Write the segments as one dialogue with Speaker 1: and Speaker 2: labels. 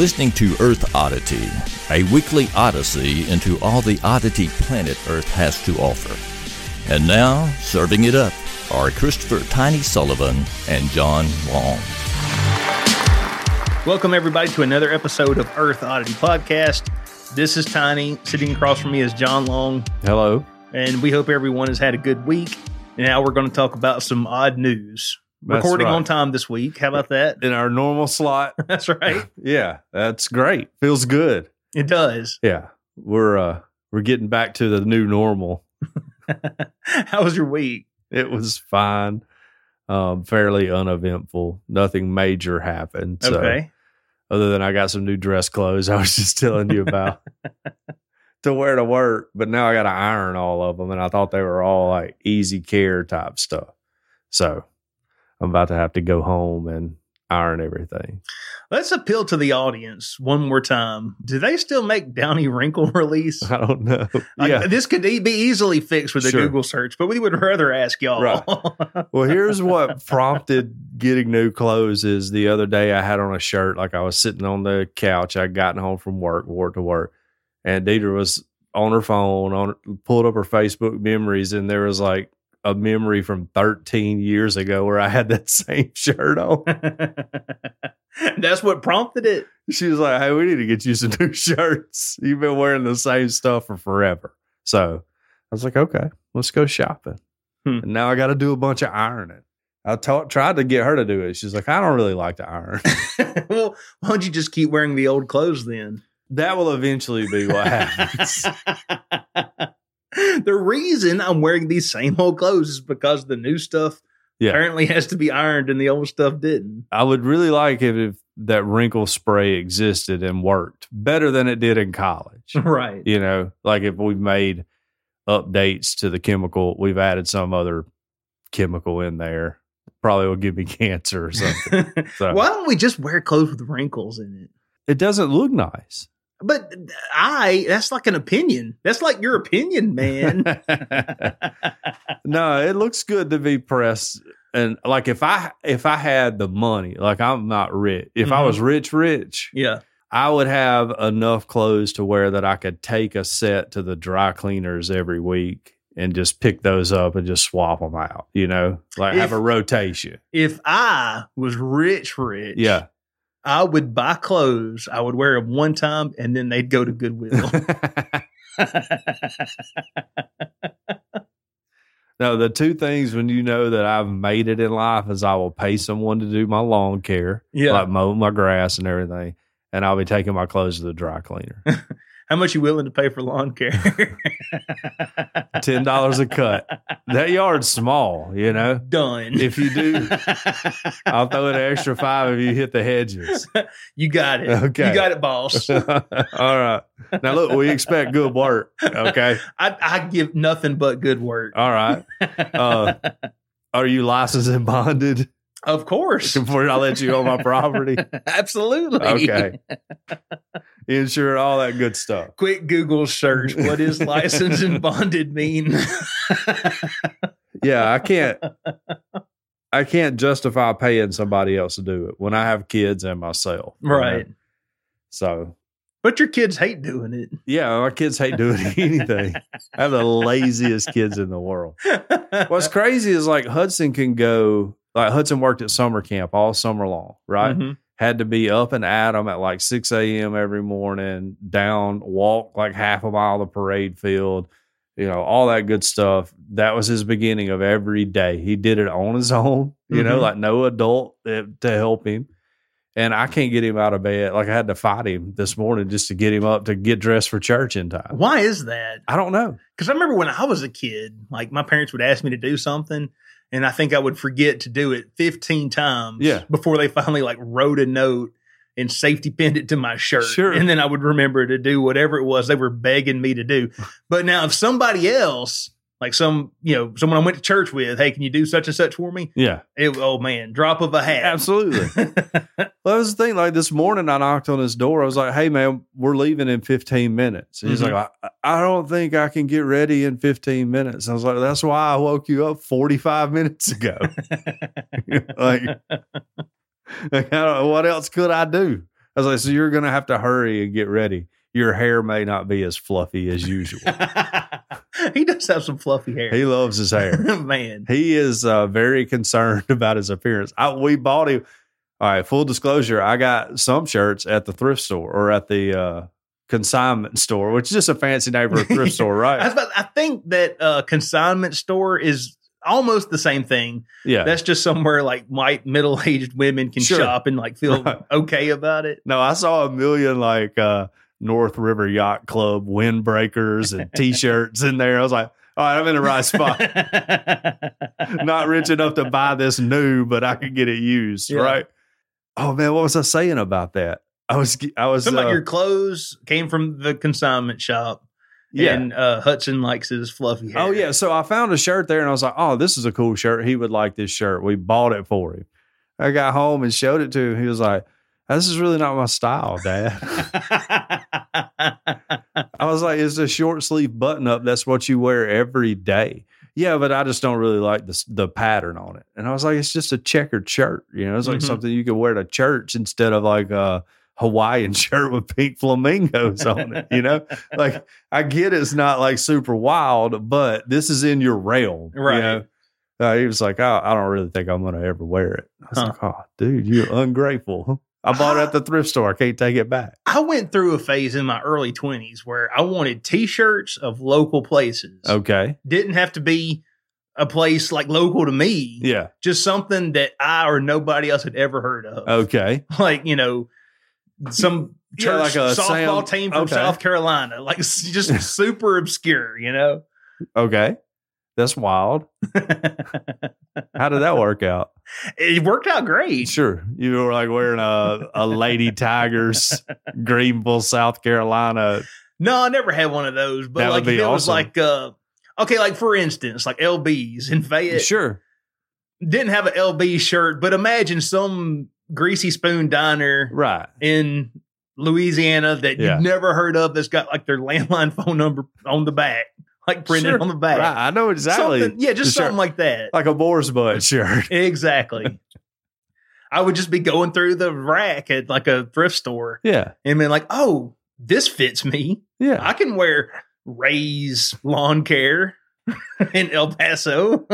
Speaker 1: listening to Earth Oddity, a weekly odyssey into all the oddity planet Earth has to offer. And now, serving it up are Christopher Tiny Sullivan and John Long.
Speaker 2: Welcome, everybody, to another episode of Earth Oddity Podcast. This is Tiny. Sitting across from me is John Long,
Speaker 3: Hello.
Speaker 2: and we hope everyone has had a good week. And now we're going to talk about some odd news.
Speaker 3: That's
Speaker 2: Recording
Speaker 3: right.
Speaker 2: on time this week. How about that?
Speaker 3: In our normal slot.
Speaker 2: That's right.
Speaker 3: yeah, that's great. Feels good.
Speaker 2: It does.
Speaker 3: Yeah. We're uh we're getting back to the new normal.
Speaker 2: How was your week?
Speaker 3: It was fine. Um fairly uneventful. Nothing major happened. So
Speaker 2: okay.
Speaker 3: other than I got some new dress clothes I was just telling you about to wear to work, but now I got to iron all of them and I thought they were all like easy care type stuff. So I'm about to have to go home and iron everything.
Speaker 2: Let's appeal to the audience one more time. Do they still make Downy Wrinkle release?
Speaker 3: I don't know.
Speaker 2: Like, this could e- be easily fixed with a
Speaker 3: Sure.
Speaker 2: Google search, but we would rather ask y'all.
Speaker 3: Right. Well, here's what prompted getting new clothes is the other day I had on a shirt, like I was sitting on the couch. I'd gotten home from work, wore it to work, and Deidre was on her phone, on pulled up her Facebook memories, and there was like a memory from 13 years ago where I had that same shirt on.
Speaker 2: That's what prompted it.
Speaker 3: She was like, Hey, we need to get you some new shirts. You've been wearing the same stuff for forever. So I was like, Okay, let's go shopping.
Speaker 2: Hmm.
Speaker 3: And now I got to do a bunch of ironing. I ta- tried to get her to do it. She's like, I don't really like to iron.
Speaker 2: well, why don't you just keep wearing the old clothes then?
Speaker 3: that will eventually be what happens.
Speaker 2: the reason I'm wearing these same old clothes is because the new stuff
Speaker 3: Yeah.
Speaker 2: apparently has to be ironed and the old stuff didn't.
Speaker 3: I would really like it if that wrinkle spray existed and worked better than it did in college.
Speaker 2: Right.
Speaker 3: you know, like if we've made updates to the chemical, we've added some other chemical in there. Probably will give me cancer or something. So
Speaker 2: Why don't we just wear clothes with wrinkles in it?
Speaker 3: it doesn't look nice.
Speaker 2: But I, that's like an opinion. That's like your opinion, man.
Speaker 3: no, it looks good to be pressed. And like if I if I had the money, like I'm not rich. If I
Speaker 2: Mhm.
Speaker 3: was rich, rich,
Speaker 2: yeah.
Speaker 3: I would have enough clothes to wear that I could take a set to the dry cleaners every week and just pick those up and just swap them out. You know, like
Speaker 2: If-
Speaker 3: have a rotation.
Speaker 2: If I was rich, rich,
Speaker 3: Yeah.
Speaker 2: I would buy clothes. I would wear them one time and then they'd go to Goodwill.
Speaker 3: no, the two things when you know that I've made it in life is I will pay someone to do my lawn care,
Speaker 2: yeah.
Speaker 3: like mow my grass and everything, and I'll be taking my clothes to the dry cleaner.
Speaker 2: How much you willing to pay for lawn care?
Speaker 3: Ten dollars a cut. That yard's small, you know.
Speaker 2: Done.
Speaker 3: If you do, I'll throw in an extra five if you hit the hedges.
Speaker 2: you got it.
Speaker 3: Okay.
Speaker 2: You got it, boss.
Speaker 3: All right. Now look, we expect good work. Okay.
Speaker 2: I, I give nothing but good work.
Speaker 3: All right. Uh, are you licensed and bonded
Speaker 2: of course.
Speaker 3: before I let you on my property?
Speaker 2: Absolutely.
Speaker 3: Okay. Insure all that good stuff.
Speaker 2: Quick Google search. What does license and bonded mean?
Speaker 3: Yeah, I can't I can't justify paying somebody else to do it when I have kids and myself. you know?
Speaker 2: right.
Speaker 3: So
Speaker 2: But your kids hate doing it.
Speaker 3: yeah, my kids hate doing anything. I have the laziest kids in the world. What's crazy is like Hudson can go like Hudson worked at summer camp all summer long, right?
Speaker 2: Mhm.
Speaker 3: Had to be up and at 'em at like 6 a.m. every morning, down, walk like half a mile to parade field, you know, all that good stuff. That was his beginning of every day. He did it on his own, you know,
Speaker 2: Mhm.
Speaker 3: like no adult eh, to help him. And I can't get him out of bed. Like I had to fight him this morning just to get him up to get dressed for church in time.
Speaker 2: Why is that?
Speaker 3: I don't know.
Speaker 2: Because I remember when I was a kid, like my parents would ask me to do something, and I think I would forget to do it 15 times
Speaker 3: Yeah.
Speaker 2: before they finally like wrote a note and safety pinned it to my shirt.
Speaker 3: Sure.
Speaker 2: And then I would remember to do whatever it was they were begging me to do. But now if somebody else, like some, you know, someone I went to church with, hey, can you do such and such for me?
Speaker 3: Yeah,
Speaker 2: It, oh man, drop of a hat.
Speaker 3: absolutely. Well, that was the thing. Like this morning, I knocked on his door. I was like, "Hey, man, we're leaving in 15 minutes." And he's
Speaker 2: Mhm.
Speaker 3: like, I, "I don't think I can get ready in 15 minutes." I was like, "That's why I woke you up 45 minutes ago." like, like I don't, what else could I do? I was like, so you're gonna have to hurry and get ready. Your hair may not be as fluffy as usual.
Speaker 2: he does have some fluffy hair.
Speaker 3: he loves his hair.
Speaker 2: Man.
Speaker 3: He is uh, very concerned about his appearance. I, we bought him. All right, full disclosure, I got some shirts at the thrift store or at the uh, consignment store, which is just a fancy name for a thrift store,
Speaker 2: I, was
Speaker 3: right?
Speaker 2: about- I think that uh, consignment store is almost the same thing.
Speaker 3: Yeah.
Speaker 2: That's just somewhere like white middle aged women can
Speaker 3: Sure.
Speaker 2: shop and like feel
Speaker 3: Right.
Speaker 2: okay about it.
Speaker 3: No, I saw a million like uh North River Yacht Club windbreakers and t-shirts in there. I was like, all right, I'm in the right spot. Not rich enough to buy this new, but I could get it used,
Speaker 2: Yeah.
Speaker 3: right? Oh man, what was I saying about that? I was I was
Speaker 2: Something
Speaker 3: uh,
Speaker 2: like your clothes came from the consignment shop,
Speaker 3: yeah.
Speaker 2: and uh, Hudson likes his fluffy hair.
Speaker 3: Oh yeah, so I found a shirt there, and I was like, "Oh, this is a cool shirt. He would like this shirt. We bought it for him." I got home and showed it to him. He was like, "This is really not my style, Dad." I was like, "It's a short sleeve button up. That's what you wear every day." Yeah, but I just don't really like the the pattern on it. And I was like, "It's just a checkered shirt. You know, it's like
Speaker 2: Mhm.
Speaker 3: something you could wear to church instead of like a Hawaiian shirt with pink flamingos on it. You know, like I get it's not like super wild, but this is in your realm, you
Speaker 2: Right.
Speaker 3: know? Uh, he was like, oh, I don't really think I'm going to ever wear it. I was
Speaker 2: Huh.
Speaker 3: like, oh, dude, you're ungrateful. I bought it at the thrift store. I can't take it back.
Speaker 2: I went through a phase in my early twenties where I wanted T-shirts of local places.
Speaker 3: Okay.
Speaker 2: Didn't have to be a place like local to me.
Speaker 3: Yeah.
Speaker 2: Just something that I or nobody else had ever heard of.
Speaker 3: Okay.
Speaker 2: Like you know, some
Speaker 3: Oh. Yeah,
Speaker 2: church
Speaker 3: like a
Speaker 2: softball
Speaker 3: Sam-
Speaker 2: team from
Speaker 3: okay.
Speaker 2: South Carolina. Like s- just super obscure. You know.
Speaker 3: Okay. That's wild. How did that work out?
Speaker 2: It worked out great.
Speaker 3: Sure. You were like wearing a, a Lady Tigers, Greenville, South Carolina.
Speaker 2: No, I never had one of those, but
Speaker 3: That would
Speaker 2: like
Speaker 3: be
Speaker 2: if it was
Speaker 3: awesome.
Speaker 2: like uh okay, like for instance, like LBs in Fayette
Speaker 3: Sure.
Speaker 2: didn't have an LB shirt, but imagine some greasy spoon diner
Speaker 3: Right.
Speaker 2: in Louisiana that
Speaker 3: Yeah.
Speaker 2: you've never heard of that's got like their landline phone number on the back, like printed
Speaker 3: Sure.
Speaker 2: on the back.
Speaker 3: Right. I know exactly.
Speaker 2: Something, yeah, just
Speaker 3: The shirt.
Speaker 2: something like that.
Speaker 3: Like a boar's butt shirt.
Speaker 2: exactly. I would just be going through the rack at like a thrift store
Speaker 3: Yeah.
Speaker 2: and being like, oh, this fits me.
Speaker 3: Yeah.
Speaker 2: I can wear Ray's lawn care in El Paso.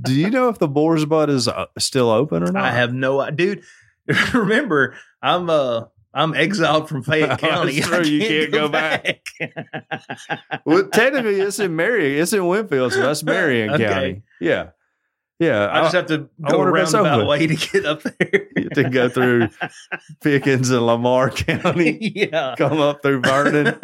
Speaker 3: Do you know if the Boar's Butt is uh, still open or not?
Speaker 2: I have no idea, dude. Remember, I'm uh I'm exiled from Fayette
Speaker 3: Oh,
Speaker 2: County.
Speaker 3: that's true. You can't go back. Well, technically, it's in Marion. It's in Winfield, so that's Marion
Speaker 2: Okay.
Speaker 3: County. Yeah, yeah.
Speaker 2: I
Speaker 3: I,
Speaker 2: just have to
Speaker 3: I
Speaker 2: go a
Speaker 3: wonder if that's
Speaker 2: roundabout
Speaker 3: over.
Speaker 2: way to get up there.
Speaker 3: you have to go through Pickens and Lamar County,
Speaker 2: yeah.
Speaker 3: come up through Vernon.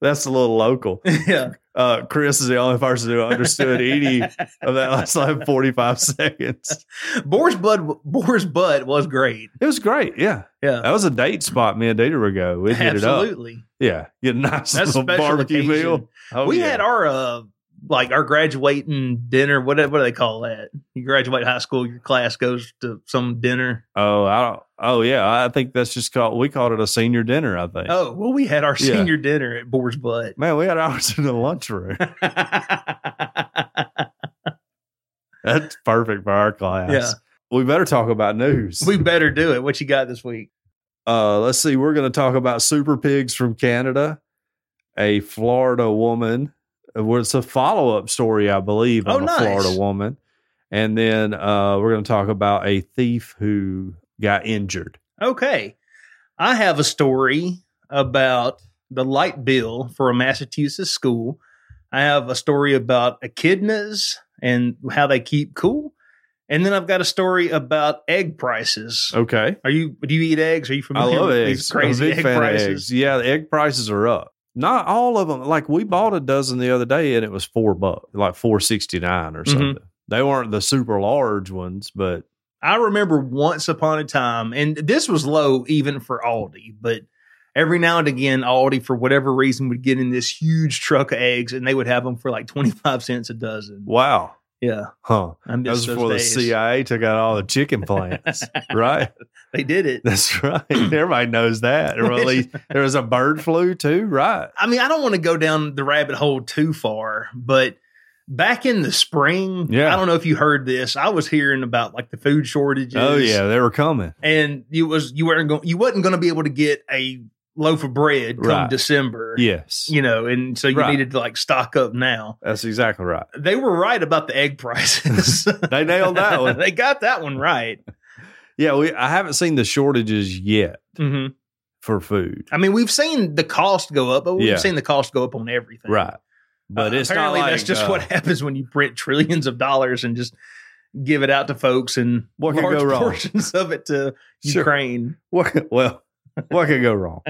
Speaker 3: That's a little local.
Speaker 2: yeah.
Speaker 3: Uh, Chris is the only person who understood any of that last like forty-five seconds.
Speaker 2: Boar's Bud Boar's Bud was great.
Speaker 3: It was great. Yeah,
Speaker 2: Yeah.
Speaker 3: that was a date spot. Me and Dieter would go. We'd Oh, hit it up.
Speaker 2: Absolutely.
Speaker 3: Yeah, get a nice
Speaker 2: That's
Speaker 3: little
Speaker 2: special
Speaker 3: barbecue
Speaker 2: occasion.
Speaker 3: meal. Oh,
Speaker 2: we
Speaker 3: yeah.
Speaker 2: had our uh like our graduating dinner. What what do they call that? You graduate high school, your class goes to some dinner.
Speaker 3: Oh, I don't. Oh, yeah. I think that's just called. We called it a senior dinner. I think.
Speaker 2: Oh well, we had our
Speaker 3: Yeah.
Speaker 2: senior dinner at Boar's Butt.
Speaker 3: Man, we had ours in the lunchroom. That's perfect for our class.
Speaker 2: Yeah.
Speaker 3: We better talk about news.
Speaker 2: we better do it. What you got this week?
Speaker 3: uh, let's see. We're going to talk about super pigs from Canada. A Florida woman. uh, well, It's a follow up story, I believe,
Speaker 2: Oh,
Speaker 3: on
Speaker 2: nice.
Speaker 3: a Florida woman. And then uh, we're going to talk about a thief who got injured.
Speaker 2: Okay, I have a story about the light bill for a Massachusetts school. I have a story about echidnas and how they keep cool, and then I've got a story about egg prices.
Speaker 3: Okay.
Speaker 2: Are you? Do you eat eggs? Are you
Speaker 3: I
Speaker 2: familiar
Speaker 3: love
Speaker 2: with
Speaker 3: eggs.
Speaker 2: these
Speaker 3: I'm a
Speaker 2: crazy
Speaker 3: big
Speaker 2: egg
Speaker 3: fan of
Speaker 2: prices?
Speaker 3: eggs. Yeah, the egg prices are up. Not all of them. Like we bought a dozen the other day, and it was four bucks, like four sixty nine or
Speaker 2: Mhm.
Speaker 3: something. They weren't the super large ones, but
Speaker 2: I remember once upon a time, and this was low even for Aldi, but every now and again, Aldi, for whatever reason, would get in this huge truck of eggs and they would have them for like 25 cents a dozen.
Speaker 3: wow,
Speaker 2: Yeah.
Speaker 3: huh?
Speaker 2: I
Speaker 3: That
Speaker 2: miss
Speaker 3: was
Speaker 2: those
Speaker 3: before
Speaker 2: days.
Speaker 3: the CIA took out all the chicken plants, right?
Speaker 2: They did it.
Speaker 3: That's right. Everybody knows that. Or at least there was a bird flu too, right?
Speaker 2: I mean, I don't want to go down the rabbit hole too far, but back in the spring,
Speaker 3: Yeah.
Speaker 2: I don't know if you heard this. I was hearing about like the food shortages.
Speaker 3: Oh yeah, they were coming.
Speaker 2: and you was you weren't going you wasn't going to be able to get a loaf of bread come
Speaker 3: Right.
Speaker 2: December.
Speaker 3: Yes,
Speaker 2: you know, and so you
Speaker 3: Right.
Speaker 2: needed to like stock up now.
Speaker 3: that's exactly right.
Speaker 2: They were right about the egg prices.
Speaker 3: They nailed that one.
Speaker 2: they got that one right.
Speaker 3: Yeah, we I haven't seen the shortages yet
Speaker 2: hmm
Speaker 3: for food.
Speaker 2: I mean, we've seen the cost go up, but we've
Speaker 3: Yeah.
Speaker 2: seen the cost go up on everything.
Speaker 3: Right. But
Speaker 2: Uh,
Speaker 3: it's not
Speaker 2: apparently
Speaker 3: like
Speaker 2: that's just
Speaker 3: uh,
Speaker 2: what happens when you print trillions of dollars and just give it out to folks and
Speaker 3: What could
Speaker 2: large
Speaker 3: go wrong?
Speaker 2: portions of it to
Speaker 3: Sure.
Speaker 2: Ukraine.
Speaker 3: What could- well, what could go wrong?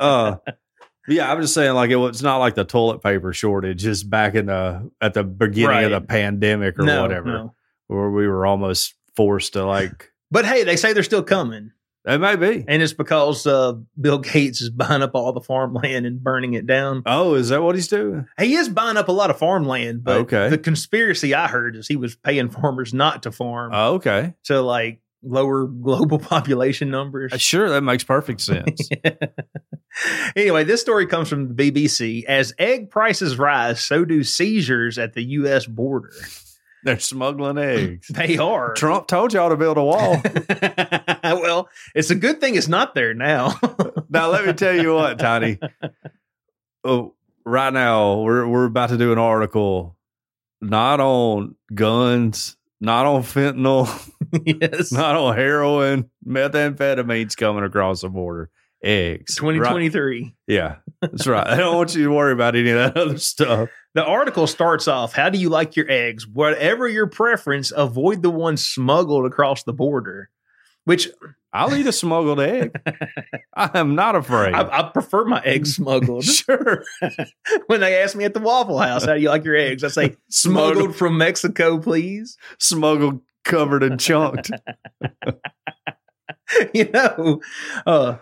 Speaker 3: Uh, yeah, I'm just saying, like it, was not like the toilet paper shortage just back in the at the beginning of the
Speaker 2: Right.
Speaker 3: pandemic or
Speaker 2: No,
Speaker 3: whatever,
Speaker 2: no.
Speaker 3: where we were almost forced to like.
Speaker 2: But hey, they say they're still coming,
Speaker 3: It may be.
Speaker 2: and it's because uh, Bill Gates is buying up all the farmland and burning it down.
Speaker 3: Oh, is that what he's doing?
Speaker 2: He is buying up a lot of farmland, but
Speaker 3: Okay.
Speaker 2: the conspiracy I heard is he was paying farmers not to farm
Speaker 3: Oh, okay,
Speaker 2: to like lower global population numbers.
Speaker 3: "Uh, sure, that makes perfect sense.
Speaker 2: anyway, this story comes from the BBC. As egg prices rise, so do seizures at the U.S. border.
Speaker 3: They're smuggling eggs.
Speaker 2: They are.
Speaker 3: Trump told y'all to build a wall.
Speaker 2: well, it's a good thing it's not there now.
Speaker 3: now let me tell you what, Tiny. Oh, right now we're we're about to do an article, not on guns, not on fentanyl,
Speaker 2: yes.
Speaker 3: not on heroin, methamphetamines coming across the border. Eggs. Right-
Speaker 2: 2023.
Speaker 3: Yeah, that's right. I don't want you to worry about any of that other stuff.
Speaker 2: The article starts off How do you like your eggs? Whatever your preference, avoid the ones smuggled across the border. Which
Speaker 3: I'll eat a smuggled egg. I am not afraid.
Speaker 2: I, I prefer my eggs smuggled.
Speaker 3: Mm. sure.
Speaker 2: when they ask me at the Waffle House, How do you like your eggs? I say, Smuggled from Mexico, please.
Speaker 3: smuggled, covered and chunked.
Speaker 2: you know, uh,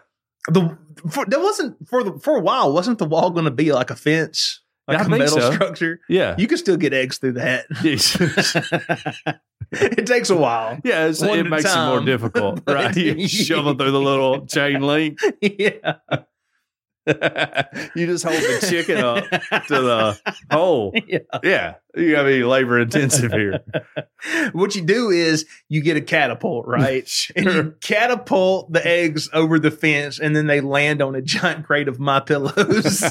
Speaker 2: the for, there wasn't for the for a while wasn't the wall going to be like a fence, like
Speaker 3: I
Speaker 2: a
Speaker 3: think
Speaker 2: metal
Speaker 3: so.
Speaker 2: structure?
Speaker 3: Yeah.
Speaker 2: You can still get eggs through that. it takes a while.
Speaker 3: Yeah, it's,
Speaker 2: One at
Speaker 3: it
Speaker 2: a
Speaker 3: makes it more
Speaker 2: time.
Speaker 3: difficult, right? You shove them through the little chain link.
Speaker 2: yeah,
Speaker 3: you just hold the chicken up to the hole.
Speaker 2: Yeah.
Speaker 3: Yeah, you gotta be labor intensive here.
Speaker 2: What you do is you get a catapult, right? And you catapult the eggs over the fence, and then they land on a giant crate of my pillows.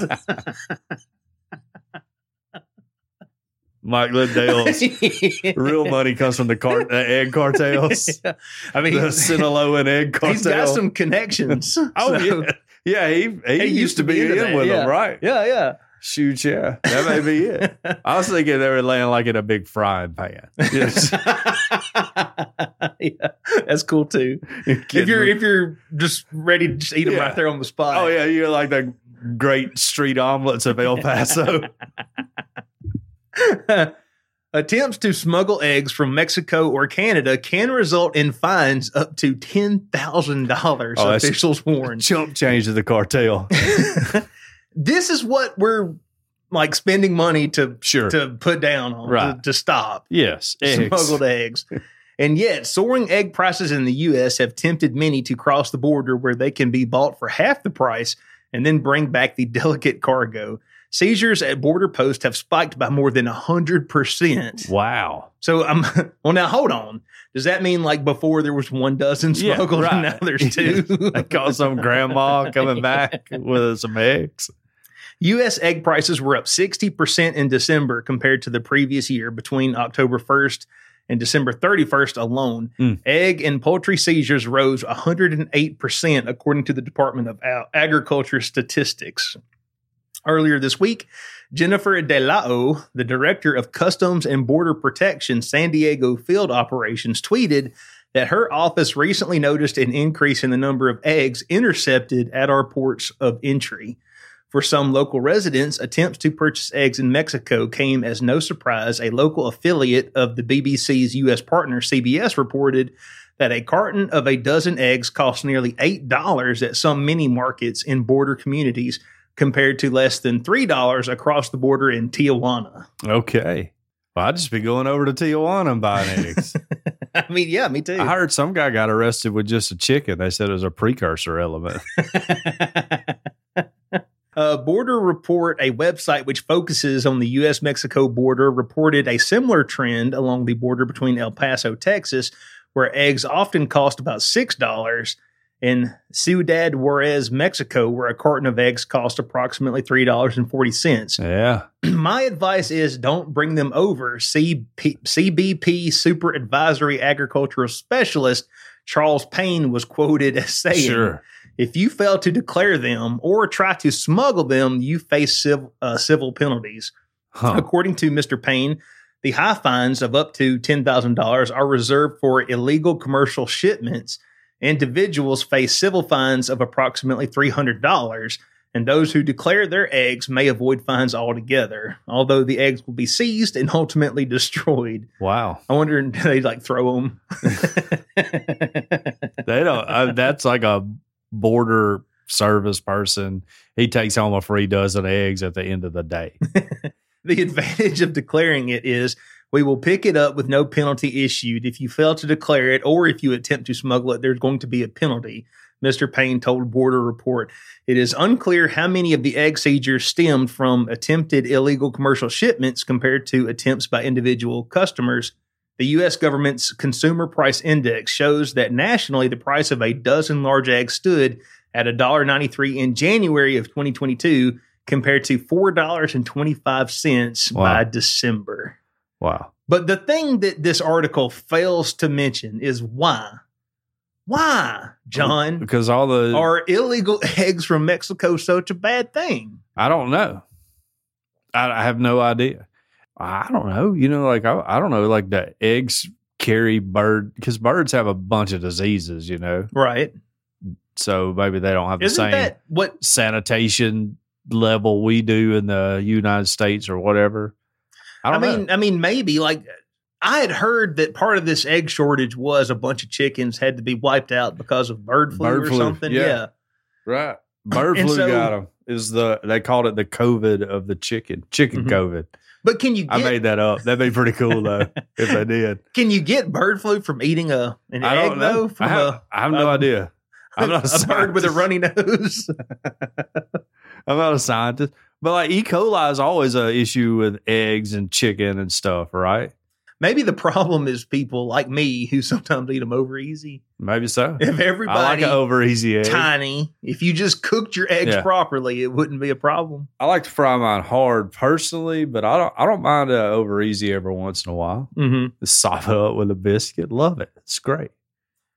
Speaker 3: Mike Lindale's real money comes from the, car- the egg cartels,
Speaker 2: Yeah. I mean,
Speaker 3: the
Speaker 2: he's,
Speaker 3: Sinaloan egg cartel.
Speaker 2: he's got some connections.
Speaker 3: oh
Speaker 2: So-
Speaker 3: yeah, yeah. He, he used, to be in
Speaker 2: into that,
Speaker 3: with
Speaker 2: yeah.
Speaker 3: them, right?
Speaker 2: Yeah, yeah.
Speaker 3: Shoot, yeah, that may be it. I was thinking they were laying like in a big frying pan. Yes.
Speaker 2: yeah, that's cool too. If you're if you're just ready to just eat them
Speaker 3: Yeah.
Speaker 2: right there on the spot.
Speaker 3: Oh yeah, you're like the great street omelets of El Paso.
Speaker 2: yeah. Attempts to smuggle eggs from Mexico or Canada can result in fines up to ten thousand dollars.
Speaker 3: Oh, that's-
Speaker 2: officials warn.
Speaker 3: Chump change of the cartel.
Speaker 2: this is what we're like spending money to
Speaker 3: Sure.
Speaker 2: to put down on to,
Speaker 3: Right.
Speaker 2: to stop.
Speaker 3: yes. eggs.
Speaker 2: smuggled eggs. And yet, soaring egg prices in the U.S. have tempted many to cross the border where they can be bought for half the price and then bring back the delicate cargo. Seizures at border posts have spiked by more than 100%.
Speaker 3: Wow.
Speaker 2: So, I'm, well, now hold on. Does that mean like before there was one dozen
Speaker 3: Yeah,
Speaker 2: smuggled
Speaker 3: right.
Speaker 2: and now there's two?
Speaker 3: I caught some grandma coming back with some eggs.
Speaker 2: U.S. egg prices were up 60% in December compared to the previous year between October 1st and December 31st alone.
Speaker 3: Mm.
Speaker 2: Egg and poultry seizures rose 108%, according to the Department of Al- Agriculture statistics. Earlier this week, Jennifer DeLao, the director of Customs and Border Protection San Diego Field Operations, tweeted that her office recently noticed an increase in the number of eggs intercepted at our ports of entry. For some local residents, attempts to purchase eggs in Mexico came as no surprise. A local affiliate of the BBC's U.S. partner, CBS, reported that a carton of a dozen eggs cost nearly $8 at some mini markets in border communities, compared to less than $3 across the border in Tijuana.
Speaker 3: Okay. Well, I'd just be going over to Tijuana and buying eggs.
Speaker 2: I mean, yeah, me too.
Speaker 3: I heard some guy got arrested with just a chicken. They said it was a precursor element.
Speaker 2: uh, Uh, border Report, a website which focuses on the U.S. Mexico border, reported a similar trend along the border between El Paso, Texas, where eggs often cost about $6, and Ciudad Juarez, Mexico, where a carton of eggs cost approximately $3.40.
Speaker 3: Yeah.
Speaker 2: my advice is don't bring them over. CP, CBP Super Advisory Agricultural Specialist Charles Payne was quoted as saying,
Speaker 3: Sure.
Speaker 2: "If you fail to declare them or try to smuggle them, you face civil, uh, civil penalties."
Speaker 3: Huh.
Speaker 2: According to Mr. Payne, the high fines of up to $10,000 are reserved for illegal commercial shipments. Individuals face civil fines of approximately $300, and those who declare their eggs may avoid fines altogether, although the eggs will be seized and ultimately destroyed.
Speaker 3: Wow.
Speaker 2: I wonder if they like throw them.
Speaker 3: They don't. I, that's like a border service person. He takes home a free dozen eggs at the end of the day.
Speaker 2: The advantage of declaring it is we will pick it up with no penalty issued. If you fail to declare it or if you attempt to smuggle it, there's going to be a penalty. Mr. Payne told Border Report. It is unclear how many of the egg seizures stemmed from attempted illegal commercial shipments compared to attempts by individual customers. The U.S. government's Consumer Price Index shows that nationally the price of a dozen large eggs stood at $1.93 in January of 2022 compared to $4.25
Speaker 3: Wow.
Speaker 2: by December.
Speaker 3: Wow.
Speaker 2: But the thing that this article fails to mention is why. Why, John,
Speaker 3: Because all the
Speaker 2: are illegal eggs from Mexico such a bad thing?
Speaker 3: I don't know. I, I have no idea. I don't know. You know, like I, I don't know. Like the eggs carry bird because birds have a bunch of diseases. You know,
Speaker 2: Right.
Speaker 3: so maybe they don't have the
Speaker 2: Isn't
Speaker 3: same
Speaker 2: that what
Speaker 3: sanitation level we do in the United States or whatever. I
Speaker 2: I,
Speaker 3: don't know.
Speaker 2: mean, I mean, maybe like I had heard that part of this egg shortage was a bunch of chickens had to be wiped out because of bird flu
Speaker 3: Bird
Speaker 2: or
Speaker 3: flu,
Speaker 2: something.
Speaker 3: yeah.
Speaker 2: Yeah.
Speaker 3: Right. Bird
Speaker 2: And
Speaker 3: flu
Speaker 2: so-
Speaker 3: got him. Is the they called it the COVID of the chicken? Chicken
Speaker 2: Mhm.
Speaker 3: COVID.
Speaker 2: But can you
Speaker 3: I
Speaker 2: get
Speaker 3: made that up. That'd be pretty cool though if they did.
Speaker 2: can you get bird flu from eating a an
Speaker 3: I
Speaker 2: egg
Speaker 3: don't
Speaker 2: though?
Speaker 3: know. I
Speaker 2: From
Speaker 3: have, I have no
Speaker 2: um, a,
Speaker 3: idea. I'm not
Speaker 2: a bird with a
Speaker 3: scientist.
Speaker 2: runny nose.
Speaker 3: I'm not a scientist, but like E. coli is always an issue with eggs and chicken and stuff, right?
Speaker 2: Maybe the problem is people like me who sometimes eat them over easy.
Speaker 3: Maybe so.
Speaker 2: If
Speaker 3: I like
Speaker 2: everybody
Speaker 3: an over easy egg.
Speaker 2: tiny, if you just cooked your eggs
Speaker 3: Yeah.
Speaker 2: properly, it wouldn't be a problem.
Speaker 3: I like to fry mine hard personally, but I don't. I don't mind an over easy every once in a while.
Speaker 2: Mm-hmm.
Speaker 3: Sop it up with a biscuit. Love it. It's great.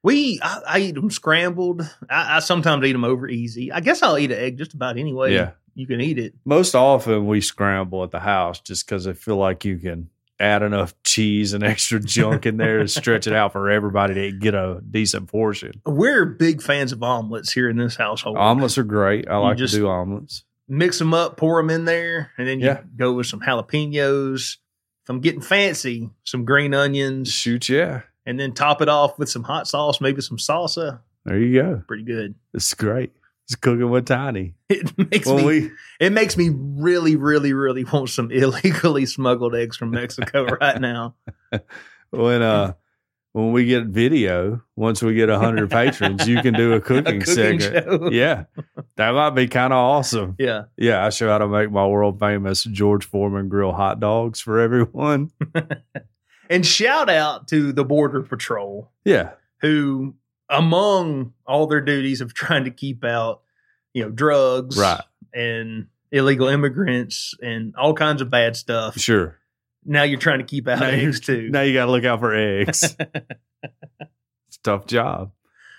Speaker 2: We, I, I eat them scrambled. I, I sometimes eat them over easy. I guess I'll eat an egg just about any way
Speaker 3: Yeah.
Speaker 2: you can eat it.
Speaker 3: Most often we scramble at the house just because I feel like you can add enough cheese and extra junk in there to stretch it out for everybody to get a decent portion.
Speaker 2: We're big fans of omelets here in this household.
Speaker 3: Omelets are great. I
Speaker 2: You
Speaker 3: like
Speaker 2: just-
Speaker 3: to do omelets.
Speaker 2: Mix them up, pour them in there, and then you
Speaker 3: Yeah.
Speaker 2: go with some jalapenos. If I'm getting fancy, some green onions,
Speaker 3: Shoot, yeah.
Speaker 2: and then top it off with some hot sauce, maybe some salsa.
Speaker 3: There you go.
Speaker 2: Pretty good.
Speaker 3: It's great. It's cooking with Tiny.
Speaker 2: It makes
Speaker 3: When
Speaker 2: me
Speaker 3: we
Speaker 2: It makes me really, really, really want some illegally smuggled eggs from Mexico right now.
Speaker 3: when uh when we get video, once we get hundred patrons, you can do a cooking,
Speaker 2: A cooking
Speaker 3: segment.
Speaker 2: show. Yeah.
Speaker 3: Yeah, that might be kind of awesome.
Speaker 2: yeah.
Speaker 3: Yeah, I show how to make my world famous George Foreman grill hot dogs for everyone.
Speaker 2: And shout out to the Border Patrol,
Speaker 3: Yeah,
Speaker 2: who, among all their duties of trying to keep out, you know, drugs
Speaker 3: right.
Speaker 2: and illegal immigrants and all kinds of bad stuff,
Speaker 3: Sure.
Speaker 2: now you're trying to keep out
Speaker 3: Now you're-
Speaker 2: eggs too.
Speaker 3: Now you got to look out for eggs. it's a tough job.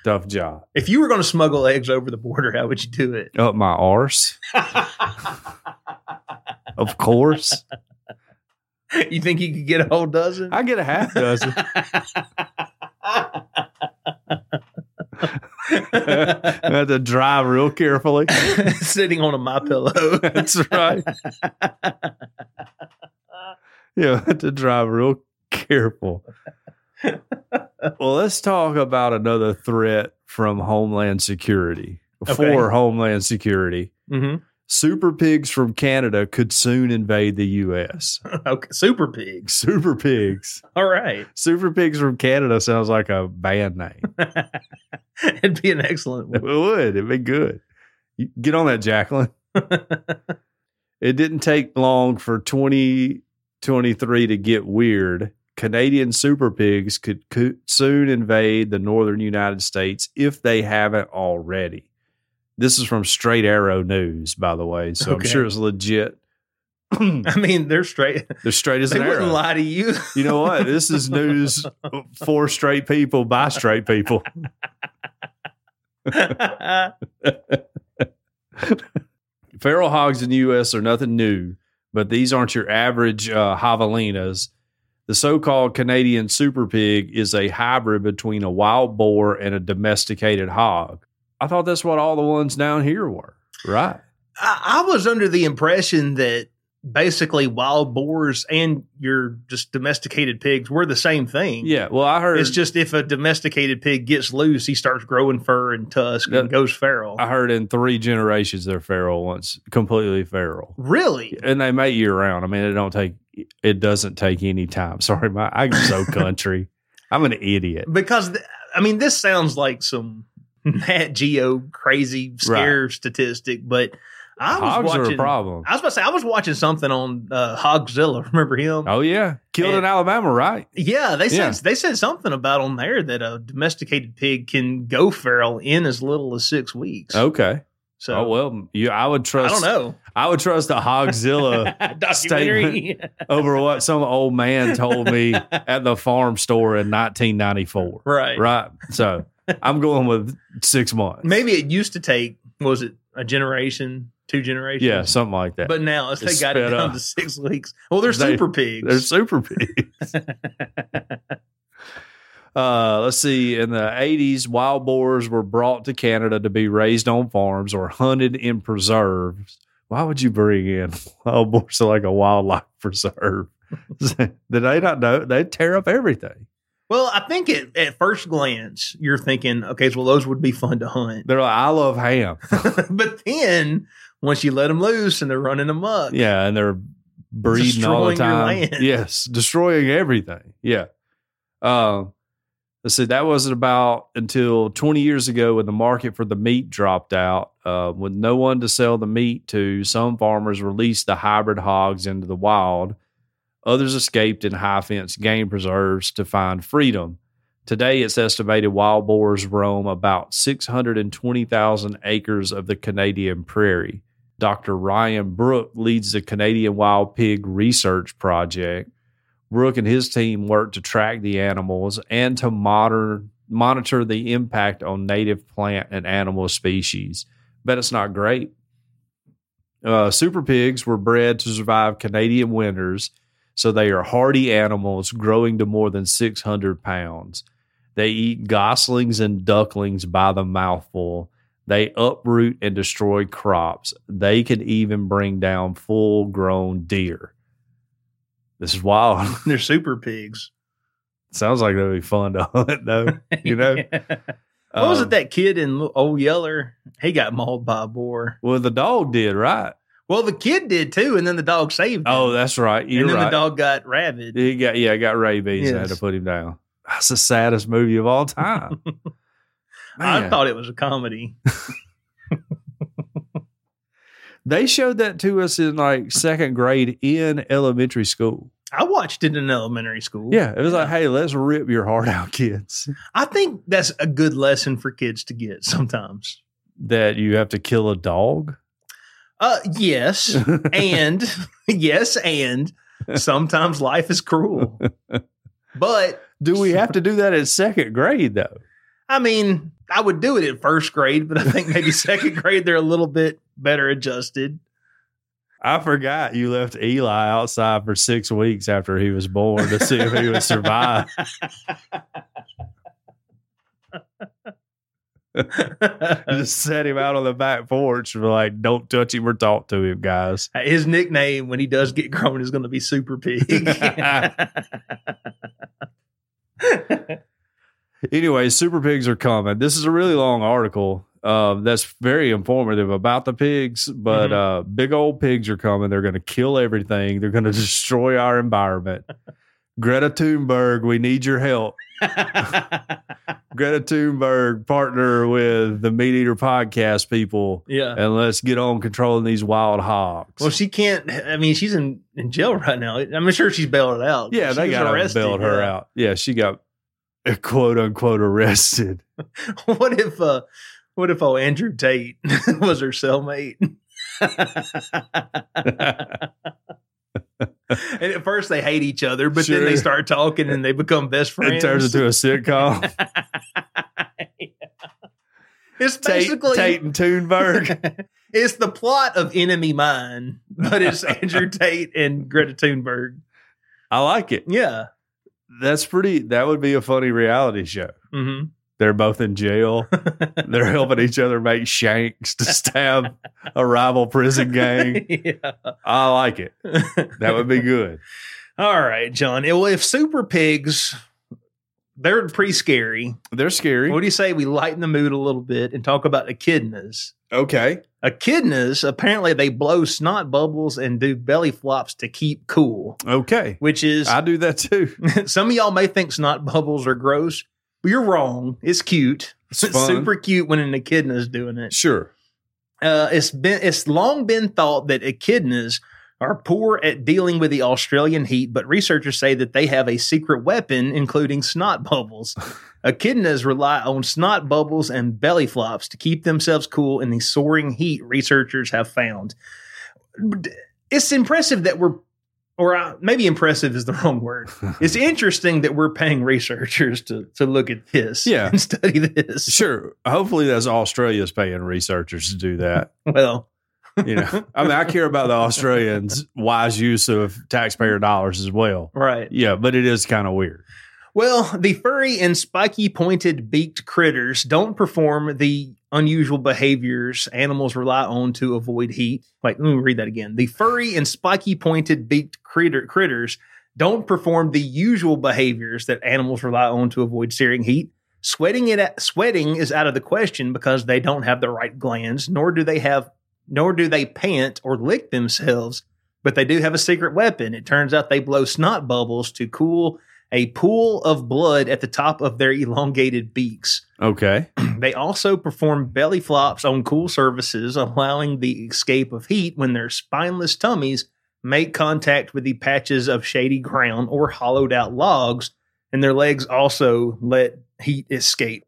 Speaker 3: Tough job.
Speaker 2: if you were going to smuggle eggs over the border, how would you do it?
Speaker 3: Up my arse, of course.
Speaker 2: you think you could get a whole dozen?
Speaker 3: I get a half dozen. I have to drive real carefully.
Speaker 2: Sitting on a my pillow.
Speaker 3: That's right. yeah, I have to drive real careful. well, let's talk about another threat from Homeland Security.
Speaker 2: Okay.
Speaker 3: For Homeland Security,
Speaker 2: Mm-hmm.
Speaker 3: super pigs from Canada could soon invade the U.S.
Speaker 2: Okay, super pigs.
Speaker 3: super pigs.
Speaker 2: All right,
Speaker 3: Super Pigs from Canada sounds like a band name.
Speaker 2: it'd be an excellent
Speaker 3: it
Speaker 2: one.
Speaker 3: would. It'd be good. You- Get on that, Jacqueline. It didn't take long for 2023 to get weird. Canadian super pigs could co- soon invade the northern United States if they haven't already. This is from Straight Arrow News, by the way, so
Speaker 2: Okay.
Speaker 3: I'm sure it's legit. They're
Speaker 2: I mean, they're straight.
Speaker 3: straight as
Speaker 2: They
Speaker 3: an
Speaker 2: wouldn't
Speaker 3: arrow.
Speaker 2: lie to you.
Speaker 3: You know what? This is news for straight people by straight people. Feral hogs in the U.S. are nothing new, but these aren't your average uh, javelinas. The so-called Canadian super pig is a hybrid between a wild boar and a domesticated hog. I thought that's what all the ones down here were, right?
Speaker 2: I, I was under the impression that basically wild boars and your just domesticated pigs were the same thing.
Speaker 3: Yeah. Well, I heard
Speaker 2: It's just if a domesticated pig gets loose, he starts growing fur and tusk and
Speaker 3: That-
Speaker 2: goes feral.
Speaker 3: I heard in three generations they're feral once, completely feral.
Speaker 2: really?
Speaker 3: and they mate year round. I mean, it don't take it doesn't take any time. Sorry, my I'm so country. I'm an idiot.
Speaker 2: Because, th- I mean, this sounds like some Nat Geo crazy scare statistic, but I was
Speaker 3: Hogs are a
Speaker 2: watching.
Speaker 3: problem.
Speaker 2: I was about to say I was watching something on uh, Hogzilla. Remember him?
Speaker 3: Oh yeah, killed in
Speaker 2: And-
Speaker 3: Alabama, right?
Speaker 2: Yeah, they said
Speaker 3: Yeah.
Speaker 2: they said something about on there that a domesticated pig can go feral in as little as six weeks.
Speaker 3: Okay.
Speaker 2: so
Speaker 3: oh well, you. I would
Speaker 2: I
Speaker 3: trust.
Speaker 2: don't know.
Speaker 3: I would trust a Hogzilla
Speaker 2: Documentary.
Speaker 3: over what some old man told me at the farm store in 1994.
Speaker 2: right.
Speaker 3: Right. So I'm going with six months.
Speaker 2: Maybe it used to take what was it a generation, two generations?
Speaker 3: Yeah, something like that.
Speaker 2: But now it's,
Speaker 3: It's
Speaker 2: they got it
Speaker 3: sped
Speaker 2: down
Speaker 3: up.
Speaker 2: to six weeks. Well, they're
Speaker 3: They-
Speaker 2: super pigs.
Speaker 3: They're super pigs. uh, let's see. In the 80s, wild boars were brought to Canada to be raised on farms or hunted in preserves. Why would you bring in wild boars to like a wildlife preserve? Did they not know? They tear up everything.
Speaker 2: well, I think at, at first glance you're thinking, okay, well those would be fun to hunt,
Speaker 3: They're like, I love ham.
Speaker 2: but then once you let them loose and they're running amok,
Speaker 3: Yeah, and they're breeding all the
Speaker 2: Destroying
Speaker 3: time.
Speaker 2: your land.
Speaker 3: Yes, destroying everything. Yeah. Um, let's see. That wasn't about until 20 years ago when the market for the meat dropped out. Uh, with no one to sell the meat to, some farmers released the hybrid hogs into the wild. Others escaped in high fence game preserves to find freedom. Today, it's estimated wild boars roam about 620,000 acres of the Canadian prairie. Dr. Ryan Brook leads the Canadian Wild Pig Research Project. Brook and his team work to track the animals and to modern, monitor the impact on native plant and animal species. Bet it's not great. Uh, super pigs were bred to survive Canadian winters, so they are hardy animals growing to more than 600 pounds. They eat goslings and ducklings by the mouthful. They uproot and destroy crops. They can even bring down full grown deer. This is wild.
Speaker 2: they're super pigs.
Speaker 3: Sounds like that would be fun to hunt, though. You know?
Speaker 2: what was
Speaker 3: Um,
Speaker 2: it that kid in L- Old Yeller? He got mauled by a boar.
Speaker 3: Well, the dog did, right?
Speaker 2: Well, the kid did too, and then the dog saved him.
Speaker 3: Oh, that's right. You're
Speaker 2: and then
Speaker 3: right.
Speaker 2: the dog got rabid.
Speaker 3: He got, yeah, he got rabies and had
Speaker 2: Yes.
Speaker 3: to put him down. That's the saddest movie of all time.
Speaker 2: I
Speaker 3: Man.
Speaker 2: thought it was a comedy.
Speaker 3: they showed that to us in like second grade in elementary school.
Speaker 2: I watched it in elementary school.
Speaker 3: Yeah. It was like, hey, let's rip your heart out, kids.
Speaker 2: I think that's a good lesson for kids to get sometimes.
Speaker 3: That you have to kill a dog.
Speaker 2: Uh, yes, and yes, and sometimes life is cruel. But
Speaker 3: Do we have to do that at second grade though?
Speaker 2: I mean, I would do it at first grade, but I think maybe second grade they're a little bit better adjusted.
Speaker 3: I forgot you left Eli outside for six weeks after he was born to see if he would survive. Just set him out on the back porch and be like, don't touch him or talk to him, guys.
Speaker 2: His nickname when he does get grown is going to be Super Pig.
Speaker 3: Anyway, super pigs are coming. This is a really long article. Um, that's very informative about the pigs, but
Speaker 2: Mhm.
Speaker 3: uh, big old pigs are coming. They're going to kill everything. They're going to destroy our environment. Greta Thunberg, we need your help. Greta Thunberg partner with the Meat Eater podcast people
Speaker 2: Yeah.
Speaker 3: and let's get on controlling these wild hogs.
Speaker 2: Well, she can't. I mean, she's in, in jail right now. I'm sure she's bailed out.
Speaker 3: yeah,
Speaker 2: She
Speaker 3: they
Speaker 2: was
Speaker 3: got to
Speaker 2: arrested, uh,
Speaker 3: bail her
Speaker 2: yeah.
Speaker 3: out. Yeah, she got uh, quote unquote arrested.
Speaker 2: What if, uh, what if old Andrew Tate was her cellmate? and at first they hate each other, but then they
Speaker 3: Sure.
Speaker 2: start talking and they become best friends.
Speaker 3: It turns into a sitcom.
Speaker 2: it's
Speaker 3: Tate,
Speaker 2: basically
Speaker 3: Tate and Thunberg.
Speaker 2: it's the plot of Enemy Mine, but it's Andrew Tate and Greta Thunberg.
Speaker 3: I like it.
Speaker 2: Yeah.
Speaker 3: That's pretty. That would be a funny reality show.
Speaker 2: hmm
Speaker 3: They're both in jail. They're helping each other make shanks to stab a rival prison gang.
Speaker 2: yeah.
Speaker 3: I like it. That would be good.
Speaker 2: All right, John. Well, if super pigs, they're pretty scary.
Speaker 3: They're scary.
Speaker 2: What do you say we lighten the mood a little bit and talk about echidnas?
Speaker 3: Okay.
Speaker 2: Echidnas, apparently they blow snot bubbles and do belly flops to keep cool,
Speaker 3: Okay.
Speaker 2: which is
Speaker 3: I do that too.
Speaker 2: some of y'all may think snot bubbles are gross, but you're wrong. It's cute.
Speaker 3: It's
Speaker 2: It's
Speaker 3: fun.
Speaker 2: super cute when an echidna is doing it.
Speaker 3: Sure.
Speaker 2: Uh, it's been it's long been thought that echidnas are poor at dealing with the Australian heat, but researchers say that they have a secret weapon, including snot bubbles. echidnas rely on snot bubbles and belly flops to keep themselves cool in the soaring heat. Researchers have found. It's impressive that we're, or uh, maybe impressive is the wrong word. It's interesting that we're paying researchers to to look at this,
Speaker 3: Yeah.
Speaker 2: and study this.
Speaker 3: Sure. Hopefully, that's Australia's paying researchers to do that.
Speaker 2: Well,
Speaker 3: You know, I mean, I care about the Australians' wise use of taxpayer dollars as well.
Speaker 2: right.
Speaker 3: Yeah, but it is kind of weird.
Speaker 2: Well, the furry and spiky pointed beaked critters don't perform the unusual behaviors animals rely on to avoid heat. Wait, let me read that again. The furry and spiky pointed beaked critter- critters don't perform the usual behaviors that animals rely on to avoid searing heat. Sweating it sweating is out of the question because they don't have the right glands, nor do they have nor do they pant or lick themselves, but they do have a secret weapon. It turns out they blow snot bubbles to cool a pool of blood at the top of their elongated beaks.
Speaker 3: Okay.
Speaker 2: They also perform belly flops on cool surfaces, allowing the escape of heat when their spineless tummies make contact with the patches of shady ground or hollowed out logs, and their legs also let heat escape.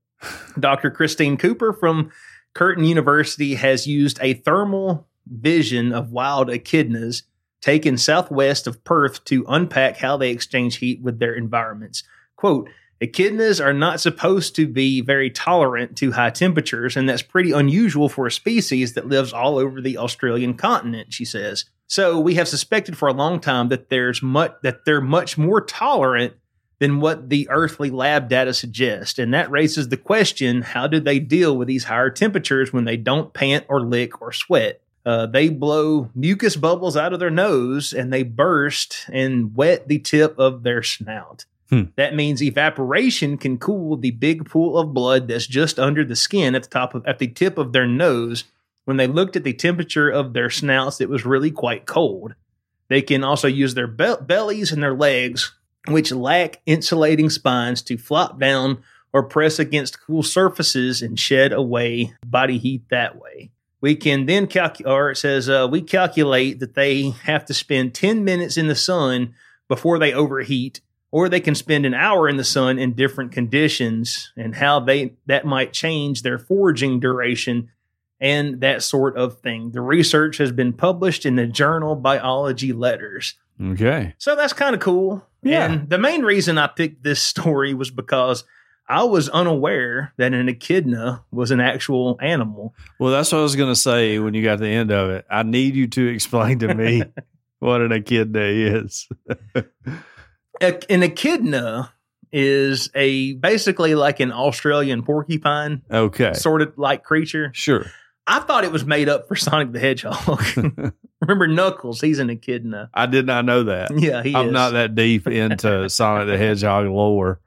Speaker 2: Dr. Christine Cooper from Curtin University has used a thermal vision of wild echidnas taken southwest of Perth to unpack how they exchange heat with their environments. Quote, Echidnas are not supposed to be very tolerant to high temperatures, and that's pretty unusual for a species that lives all over the Australian continent, she says. So we have suspected for a long time that there's much that they're much more tolerant than what the earthly lab data suggests. And that raises the question how do they deal with these higher temperatures when they don't pant or lick or sweat? Uh, they blow mucus bubbles out of their nose and they burst and wet the tip of their snout. That means evaporation can cool the big pool of blood that's just under the skin at the top of at the tip of their nose. When they looked at the temperature of their snouts, it was really quite cold. They can also use their bel- bellies and their legs, which lack insulating spines, to flop down or press against cool surfaces and shed away body heat that way. We can then calculate, or it says, uh, we calculate that they have to spend 10 minutes in the sun before they overheat or they can spend an hour in the sun in different conditions and how they that might change their foraging duration and that sort of thing. The research has been published in the journal Biology Letters.
Speaker 3: Okay.
Speaker 2: So that's kind of cool.
Speaker 3: Yeah.
Speaker 2: And the main reason I picked this story was because I was unaware that an echidna was an actual animal.
Speaker 3: Well, that's what I was going to say when you got to the end of it. I need you to explain to me what an echidna is.
Speaker 2: Ech- E, An echidna is a basically like an Australian porcupine
Speaker 3: Okay.
Speaker 2: sort of like creature.
Speaker 3: Sure.
Speaker 2: I thought it was made up for Sonic the Hedgehog. Remember Knuckles? He's an echidna.
Speaker 3: I did not know that.
Speaker 2: Yeah, he
Speaker 3: I'm
Speaker 2: is.
Speaker 3: not that deep into Sonic the Hedgehog lore.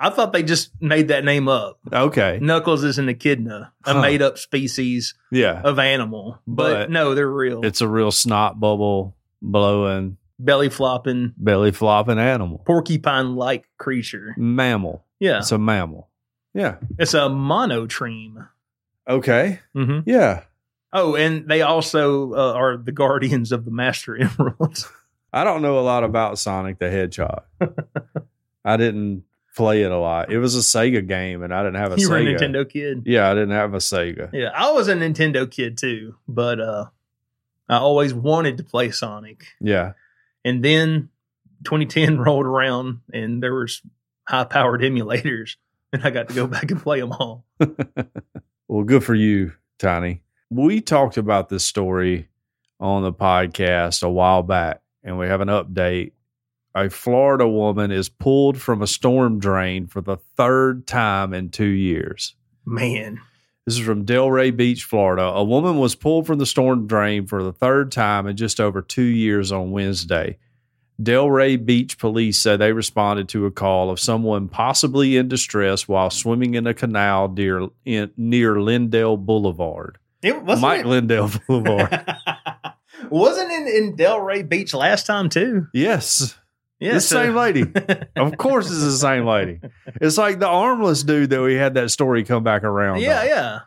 Speaker 2: I thought they just made that name up.
Speaker 3: Okay.
Speaker 2: Knuckles is an echidna, a
Speaker 3: Huh.
Speaker 2: made up species
Speaker 3: Yeah.
Speaker 2: of animal. But,
Speaker 3: But
Speaker 2: no, they're real.
Speaker 3: It's a real snot bubble blowing,
Speaker 2: belly flopping,
Speaker 3: belly flopping animal.
Speaker 2: porcupine like creature.
Speaker 3: Mammal.
Speaker 2: Yeah.
Speaker 3: It's a mammal. Yeah.
Speaker 2: It's a monotreme.
Speaker 3: Okay.
Speaker 2: Mm-hmm.
Speaker 3: Yeah.
Speaker 2: Oh, and they also uh, are the guardians of the Master Emerald.
Speaker 3: I don't know a lot about Sonic the Hedgehog. I didn't play it a lot. It was a Sega game, and I didn't have a
Speaker 2: you
Speaker 3: Sega.
Speaker 2: were a Nintendo kid.
Speaker 3: uh, Yeah, I didn't have a Sega.
Speaker 2: Yeah, I was a Nintendo kid too, but uh, I always wanted to play Sonic.
Speaker 3: Yeah.
Speaker 2: And then 2010 rolled around, and there was high-powered emulators, and I got to go back and play them all.
Speaker 3: Well, good for you, Tiny. We talked about this story on the podcast a while back, and we have an update. A Florida woman is pulled from a storm drain for the third time in two years.
Speaker 2: Man,
Speaker 3: This is from Delray Beach, Florida. A woman was pulled from the storm drain for the third time in just over two years on Wednesday. Delray Beach police say they responded to a call of someone possibly in distress while swimming in a canal near, in, near Lindell Boulevard.
Speaker 2: it wasn't
Speaker 3: Mike
Speaker 2: it-
Speaker 3: Lindell Boulevard.
Speaker 2: wasn't in, in Delray Beach last time too.
Speaker 3: yes.
Speaker 2: Yeah,
Speaker 3: the
Speaker 2: so-
Speaker 3: same lady. Of course, it's the same lady. It's like the armless dude that we had that story come back around.
Speaker 2: yeah,
Speaker 3: on.
Speaker 2: yeah.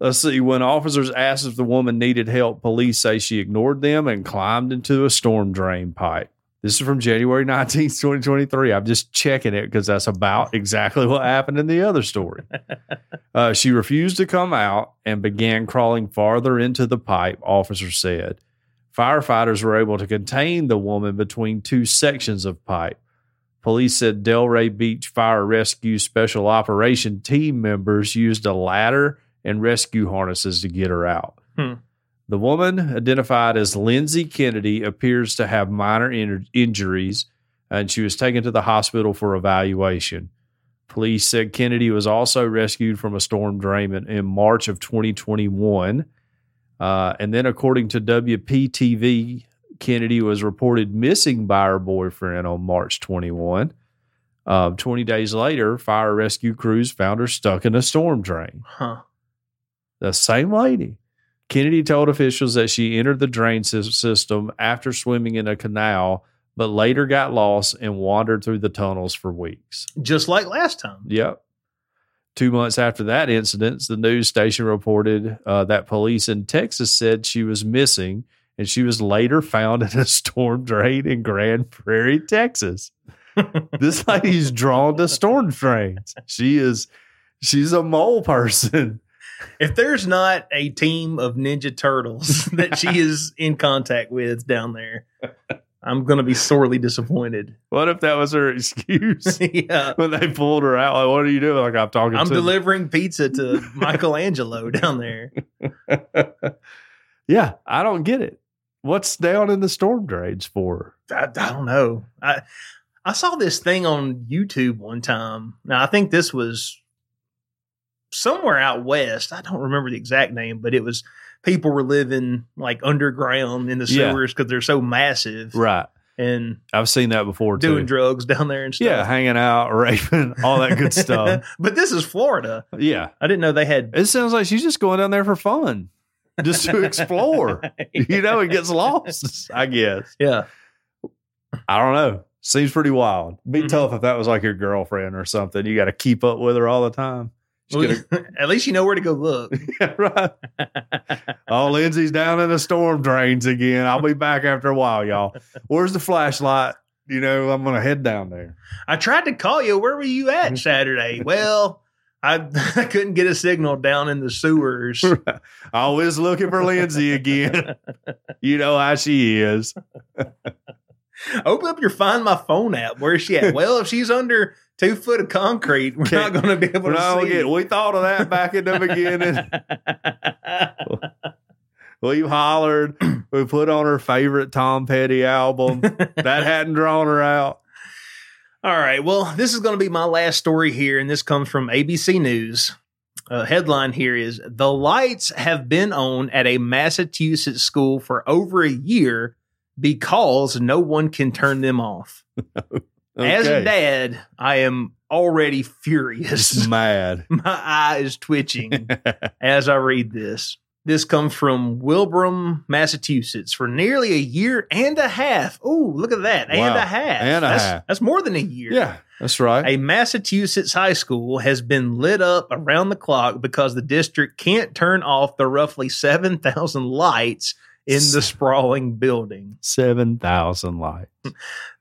Speaker 3: Let's see. When officers asked if the woman needed help, police say she ignored them and climbed into a storm drain pipe. This is from January 19th, 2023. I'm just checking it because that's about exactly what happened in the other story. Uh, she refused to come out and began crawling farther into the pipe, officers said. Firefighters were able to contain the woman between two sections of pipe. Police said Delray Beach Fire Rescue Special Operation team members used a ladder and rescue harnesses to get her out.
Speaker 2: Hmm.
Speaker 3: The woman, identified as Lindsay Kennedy, appears to have minor in- injuries and she was taken to the hospital for evaluation. Police said Kennedy was also rescued from a storm drain in, in March of 2021. Uh, and then, according to WPTV, Kennedy was reported missing by her boyfriend on March 21. Uh, 20 days later, fire rescue crews found her stuck in a storm drain
Speaker 2: Huh.
Speaker 3: the same lady. Kennedy told officials that she entered the drain sys- system after swimming in a canal, but later got lost and wandered through the tunnels for weeks.
Speaker 2: Just like last time.
Speaker 3: Yep. Two months after that incident, the news station reported uh, that police in Texas said she was missing, and she was later found in a storm drain in Grand Prairie, Texas. this lady's drawn to storm drains. She is, she's a mole person.
Speaker 2: If there's not a team of Ninja Turtles that she is in contact with down there, I'm gonna be sorely disappointed.
Speaker 3: What if that was her excuse
Speaker 2: yeah.
Speaker 3: when they pulled her out? Like, what are you doing? Like, I'm talking
Speaker 2: I'm
Speaker 3: to
Speaker 2: delivering pizza to Michelangelo down there.
Speaker 3: yeah, I don't get it. What's down in the storm drains for?
Speaker 2: I, I don't know. I I saw this thing on YouTube one time. Now I think this was somewhere out west. I don't remember the exact name, but it was people were living like underground in the
Speaker 3: Yeah.
Speaker 2: sewers because they're so massive
Speaker 3: Right.
Speaker 2: and
Speaker 3: I've seen that before too.
Speaker 2: doing drugs down there and stuff.
Speaker 3: yeah, hanging out, raping, all that good stuff.
Speaker 2: but this is Florida.
Speaker 3: yeah.
Speaker 2: I didn't know they had.
Speaker 3: It sounds like she's just going down there for fun, just to explore. you know, it gets lost, I guess.
Speaker 2: Yeah,
Speaker 3: I don't know. Seems pretty wild. Be
Speaker 2: Mhm.
Speaker 3: tough if that was like your girlfriend or something. You got to keep up with her all the time. She's gonna-
Speaker 2: at least you know where to go look.
Speaker 3: Yeah, right. oh, Lindsay's down in the storm drains again. I'll be back after a while, y'all. Where's the flashlight? You know, I'm gonna head down there.
Speaker 2: I tried to call you. Where were you at Saturday? well, I, I couldn't get a signal down in the sewers.
Speaker 3: Always looking for Lindsay again. you know how she is.
Speaker 2: Open up your Find My Phone app. Where's she at? well, if she's under two foot of concrete, we're
Speaker 3: Can't-
Speaker 2: not going to be able
Speaker 3: We're
Speaker 2: to
Speaker 3: not gonna
Speaker 2: see.
Speaker 3: get- oh, we thought of that back in the beginning. We hollered. We put on her favorite Tom Petty album. That hadn't drawn her out.
Speaker 2: All right. Well, this is going to be my last story here, and this comes from ABC News. Uh, headline here is The lights have been on at a Massachusetts school for over a year because no one can turn them off. As a
Speaker 3: Okay.
Speaker 2: dad, I am already furious.
Speaker 3: mad.
Speaker 2: My eye is twitching as I read this. This comes from Wilbram, Massachusetts, for nearly a year and a half. Oh, look at that. And
Speaker 3: Wow.
Speaker 2: a half.
Speaker 3: And a
Speaker 2: that's,
Speaker 3: half.
Speaker 2: That's more than a year.
Speaker 3: Yeah, that's right.
Speaker 2: A Massachusetts high school has been lit up around the clock because the district can't turn off the roughly 7,000 lights in the sprawling building.
Speaker 3: Seven thousand light.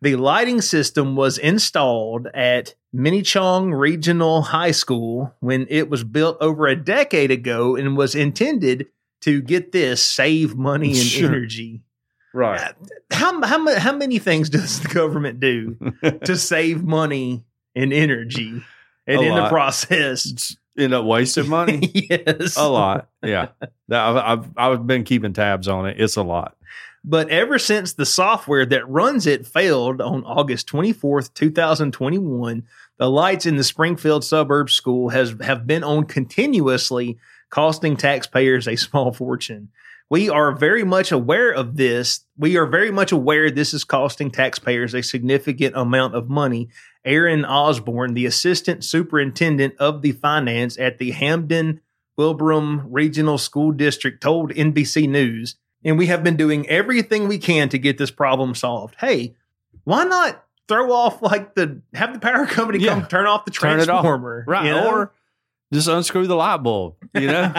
Speaker 2: The lighting system was installed at Minichong Regional High School when it was built over a decade ago and was intended to get this save money and
Speaker 3: Sure.
Speaker 2: energy.
Speaker 3: Right.
Speaker 2: How, how, mu- how many things does the government do to save money and energy and
Speaker 3: A
Speaker 2: in the
Speaker 3: lot.
Speaker 2: process
Speaker 3: End up wasting money.
Speaker 2: yes.
Speaker 3: a lot. Yeah. That- I've, I've I've been keeping tabs on it. It's a lot.
Speaker 2: But ever since the software that runs it failed on August 24th, 2021, the lights in the Springfield suburb school has have been on continuously, costing taxpayers a small fortune. We are very much aware of this. We are very much aware this is costing taxpayers a significant amount of money. Aaron Osborne, the assistant superintendent of the finance at the Hamden Wilbram Regional School District, told NBC News and we have been doing everything we can to get this problem solved. Hey, why not throw off like the have the power company
Speaker 3: Yeah.
Speaker 2: come turn off the
Speaker 3: Turn it off.
Speaker 2: transformer,
Speaker 3: Right.
Speaker 2: you know?
Speaker 3: Or just unscrew the light bulb. You know.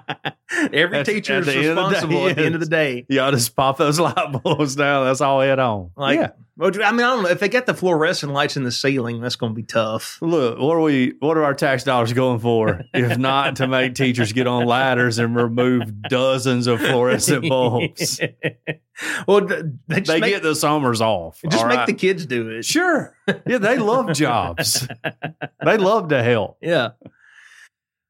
Speaker 2: every
Speaker 3: At-
Speaker 2: teacher
Speaker 3: at
Speaker 2: is
Speaker 3: the end of the day,
Speaker 2: responsible at the end of the day.
Speaker 3: Y'all just pop those light bulbs down. That's all head on.
Speaker 2: Like,
Speaker 3: yeah.
Speaker 2: well, I mean, I don't know if they got the fluorescent lights in the ceiling, that's going to be tough.
Speaker 3: Look, what are we? What are our tax dollars going for? If not to make teachers get on ladders and remove dozens of fluorescent bulbs,
Speaker 2: well, th- they just
Speaker 3: they
Speaker 2: make,
Speaker 3: get the summers off.
Speaker 2: just
Speaker 3: all
Speaker 2: make
Speaker 3: right?
Speaker 2: the kids do it.
Speaker 3: Sure. Yeah, they love jobs. they love to help.
Speaker 2: Yeah.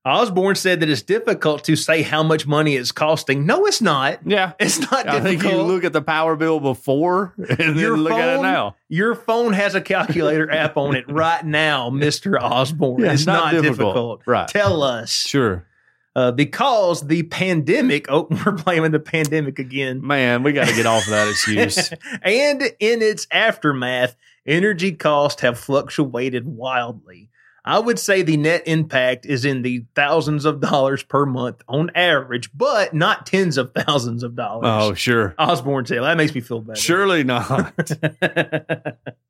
Speaker 2: Osborne said that it's difficult to say how much money it's costing. No, it's not.
Speaker 3: Yeah.
Speaker 2: It's not
Speaker 3: I
Speaker 2: difficult.
Speaker 3: think you look at the power bill before and
Speaker 2: Your
Speaker 3: then look at it
Speaker 2: phone?
Speaker 3: now.
Speaker 2: Your phone has a calculator app on it right now, Mr. Osborne.
Speaker 3: Yeah,
Speaker 2: it's not, difficult.
Speaker 3: Right.
Speaker 2: Tell us.
Speaker 3: Sure.
Speaker 2: Uh, because the pandemic, oh, we're blaming the pandemic again.
Speaker 3: Man, we got to get off of that excuse.
Speaker 2: and in its aftermath, energy costs have fluctuated wildly. I would say the net impact is in the thousands of dollars per month on average, but not tens of thousands of
Speaker 3: oh,
Speaker 2: dollars.
Speaker 3: sure.
Speaker 2: Osborne said, that makes me feel better.
Speaker 3: Surely not.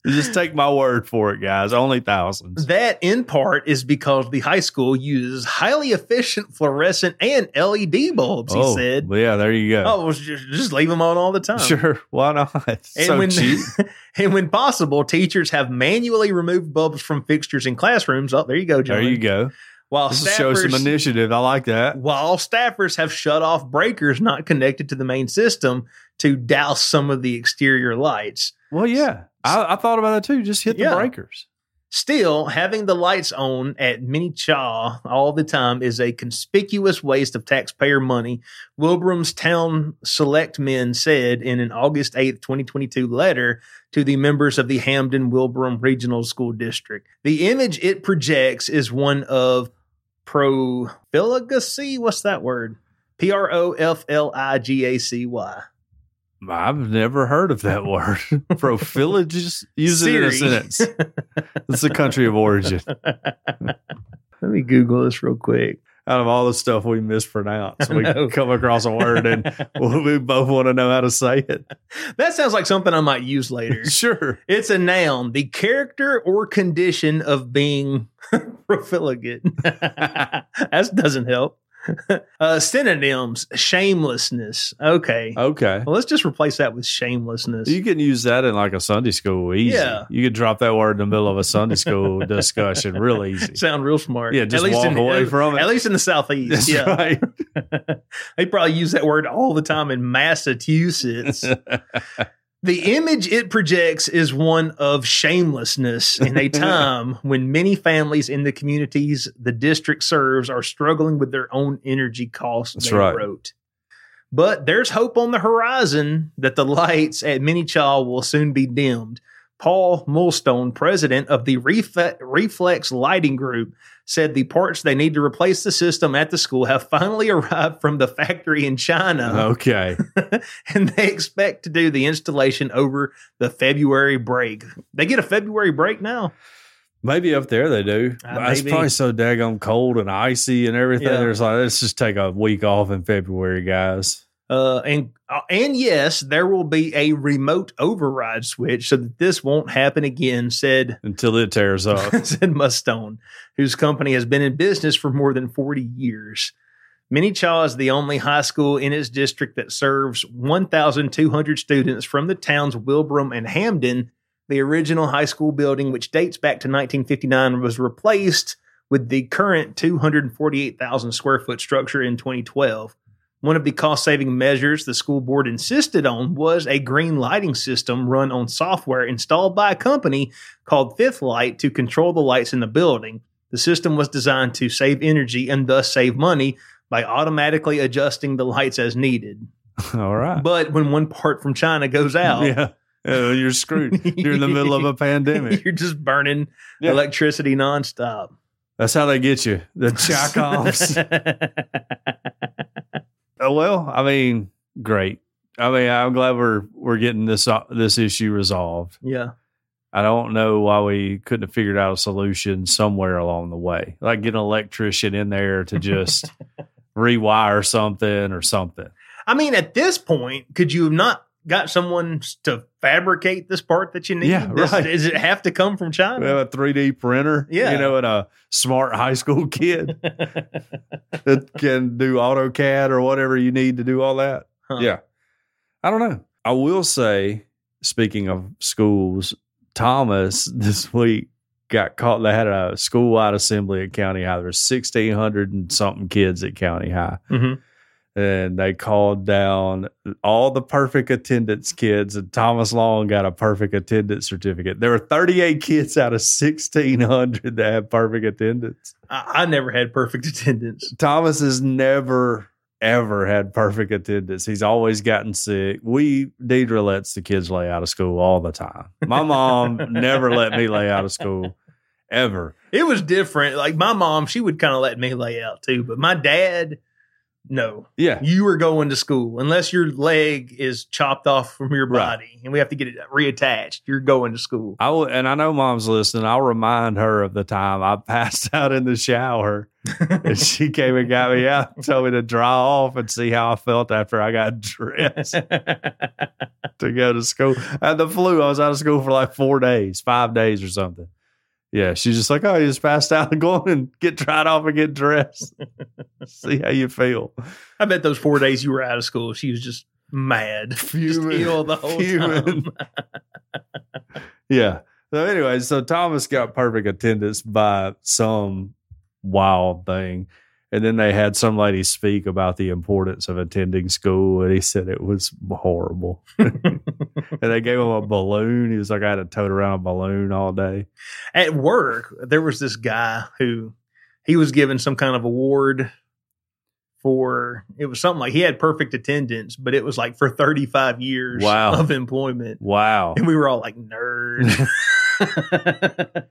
Speaker 3: Just take my word for it, guys. Only thousands.
Speaker 2: That, in part, is because the high school uses highly efficient fluorescent and LED bulbs, he
Speaker 3: oh,
Speaker 2: said.
Speaker 3: well, yeah, there you go.
Speaker 2: Oh, well, just, just leave them on all the time.
Speaker 3: Sure, why not?
Speaker 2: And,
Speaker 3: so
Speaker 2: when,
Speaker 3: cheap.
Speaker 2: and when possible, teachers have manually removed bulbs from fixtures in classrooms. Oh, there you go, John.
Speaker 3: There you go.
Speaker 2: While
Speaker 3: This shows some
Speaker 2: staffers-
Speaker 3: initiative. I like that.
Speaker 2: while staffers have shut off breakers not connected to the main system to douse some of the exterior lights.
Speaker 3: Well, yeah, I, I thought about that too. Just hit the
Speaker 2: Yeah.
Speaker 3: breakers.
Speaker 2: Still, having the lights on at Mini Chaw all the time is a conspicuous waste of taxpayer money, Wilbram's town selectmen said in an August 8th, 2022 letter to the members of the Hamden Wilbram Regional School District. The image it projects is one of profiligacy. What's that word? P R O F L I G A C Y.
Speaker 3: I've never heard of that word. Profilagist. Use it in a
Speaker 2: Siri.
Speaker 3: sentence. It's the country of origin.
Speaker 2: Let me Google this real quick.
Speaker 3: Out of all the stuff we mispronounce, we
Speaker 2: know.
Speaker 3: come across a word and we both want to know how to say it.
Speaker 2: That sounds like something I might use later.
Speaker 3: Sure.
Speaker 2: It's a noun, the character or condition of being profligate. that doesn't help. Uh, synonyms, shamelessness. Okay.
Speaker 3: Okay.
Speaker 2: Well, let's just replace that with shamelessness.
Speaker 3: You can use that in like a Sunday school easy.
Speaker 2: Yeah.
Speaker 3: You could drop that word in the middle of a Sunday school discussion real easy.
Speaker 2: Sound real smart.
Speaker 3: Yeah, just walk away from it.
Speaker 2: At least in the southeast.
Speaker 3: That's
Speaker 2: yeah.
Speaker 3: right.
Speaker 2: they probably use that word all the time in Massachusetts. the image it projects is one of shamelessness in a time when many families in the communities the district serves are struggling with their own energy costs.
Speaker 3: That's
Speaker 2: they
Speaker 3: right.
Speaker 2: wrote. But there's hope on the horizon that the lights at Minichaw will soon be dimmed. Paul Mulstone, president of the Refe- Reflex Lighting Group, said the parts they need to replace the system at the school have finally arrived from the factory in China,
Speaker 3: Okay.
Speaker 2: and they expect to do the installation over the February break. They get a February break now.
Speaker 3: Maybe up there they do.
Speaker 2: Uh,
Speaker 3: But it's
Speaker 2: maybe.
Speaker 3: probably so daggone cold and icy and everything.
Speaker 2: Yeah.
Speaker 3: There's like, let's just take a week off in February, guys.
Speaker 2: Uh, and uh, and yes, there will be a remote override switch so that this won't happen again," said
Speaker 3: Until it tears up.
Speaker 2: said Mustone, whose company has been in business for more than forty years. Minichaw is the only high school in its district that serves 1,200 students from the towns Wilbram and Hamden. The original high school building, which dates back to 1959, was replaced with the current 248,000 square foot structure in 2012. One of the cost saving measures the school board insisted on was a green lighting system run on software installed by a company called Fifth Light to control the lights in the building. The system was designed to save energy and thus save money by automatically adjusting the lights as needed.
Speaker 3: All right.
Speaker 2: But when one part from China goes out,
Speaker 3: Yeah. Uh, you're screwed. you're in the middle of a pandemic.
Speaker 2: you're just burning
Speaker 3: Yeah.
Speaker 2: electricity nonstop.
Speaker 3: That's how they get you. The jack offs. Uh, well, I mean, great. I mean, I'm glad we're we're getting this uh, this issue resolved.
Speaker 2: yeah.
Speaker 3: I don't know why we couldn't have figured out a solution somewhere along the way, like get an electrician in there to just rewire something or something.
Speaker 2: I mean, at this point, could you have not got someone s- to fabricate this part that you need?
Speaker 3: Yeah,
Speaker 2: This-
Speaker 3: right.
Speaker 2: Does it have to come from
Speaker 3: We
Speaker 2: China?
Speaker 3: have a 3D printer,
Speaker 2: Yeah.
Speaker 3: you know, and a smart high school kid that can do AutoCAD or whatever you need to do all that.
Speaker 2: Huh.
Speaker 3: Yeah. I don't know. I will say, speaking of schools, Thomas this week got caught. They had a school wide assembly at County High. There were 1,600 and something kids at County High.
Speaker 2: Mhm.
Speaker 3: And they called down all the perfect attendance kids, and Thomas Long got a perfect attendance certificate. There were 38 kids out of 1,600 that had perfect attendance.
Speaker 2: I, I never had perfect attendance.
Speaker 3: Thomas has never ever had perfect attendance. He's always gotten sick. We Deidre lets the kids lay out of school all the time. My mom never let me lay out of school ever.
Speaker 2: It was different. Like my mom, she would kind of let me lay out too, but my dad, no.
Speaker 3: Yeah.
Speaker 2: You are going to school unless your leg is chopped off from your
Speaker 3: Right.
Speaker 2: body and we have to get it reattached. You're going to school.
Speaker 3: I will, and I know mom's listening. I'll remind her of the time I passed out in the shower and she came and got me out and told me to dry off and see how I felt after I got dressed to go to school. I had the flu. I was out of school for like four days, five days or something. Yeah, she's just like, oh, you just passed out and go on and get dried off and get dressed. See how you feel.
Speaker 2: I bet those four days you were out of school, she was just mad.
Speaker 3: Fuming.
Speaker 2: Just ill the whole
Speaker 3: Fuming.
Speaker 2: time.
Speaker 3: Yeah. So anyway, so Thomas got perfect attendance by some wild thing. And then they had some lady speak about the importance of attending school, and he said it was horrible. and they gave him a balloon. He was like, I had to tote around a balloon all day.
Speaker 2: at work there was this guy who he was given some kind of award for it was something like he had perfect attendance but it was like for 35 years
Speaker 3: Wow.
Speaker 2: of employment
Speaker 3: Wow.
Speaker 2: and we were all like nerd
Speaker 3: but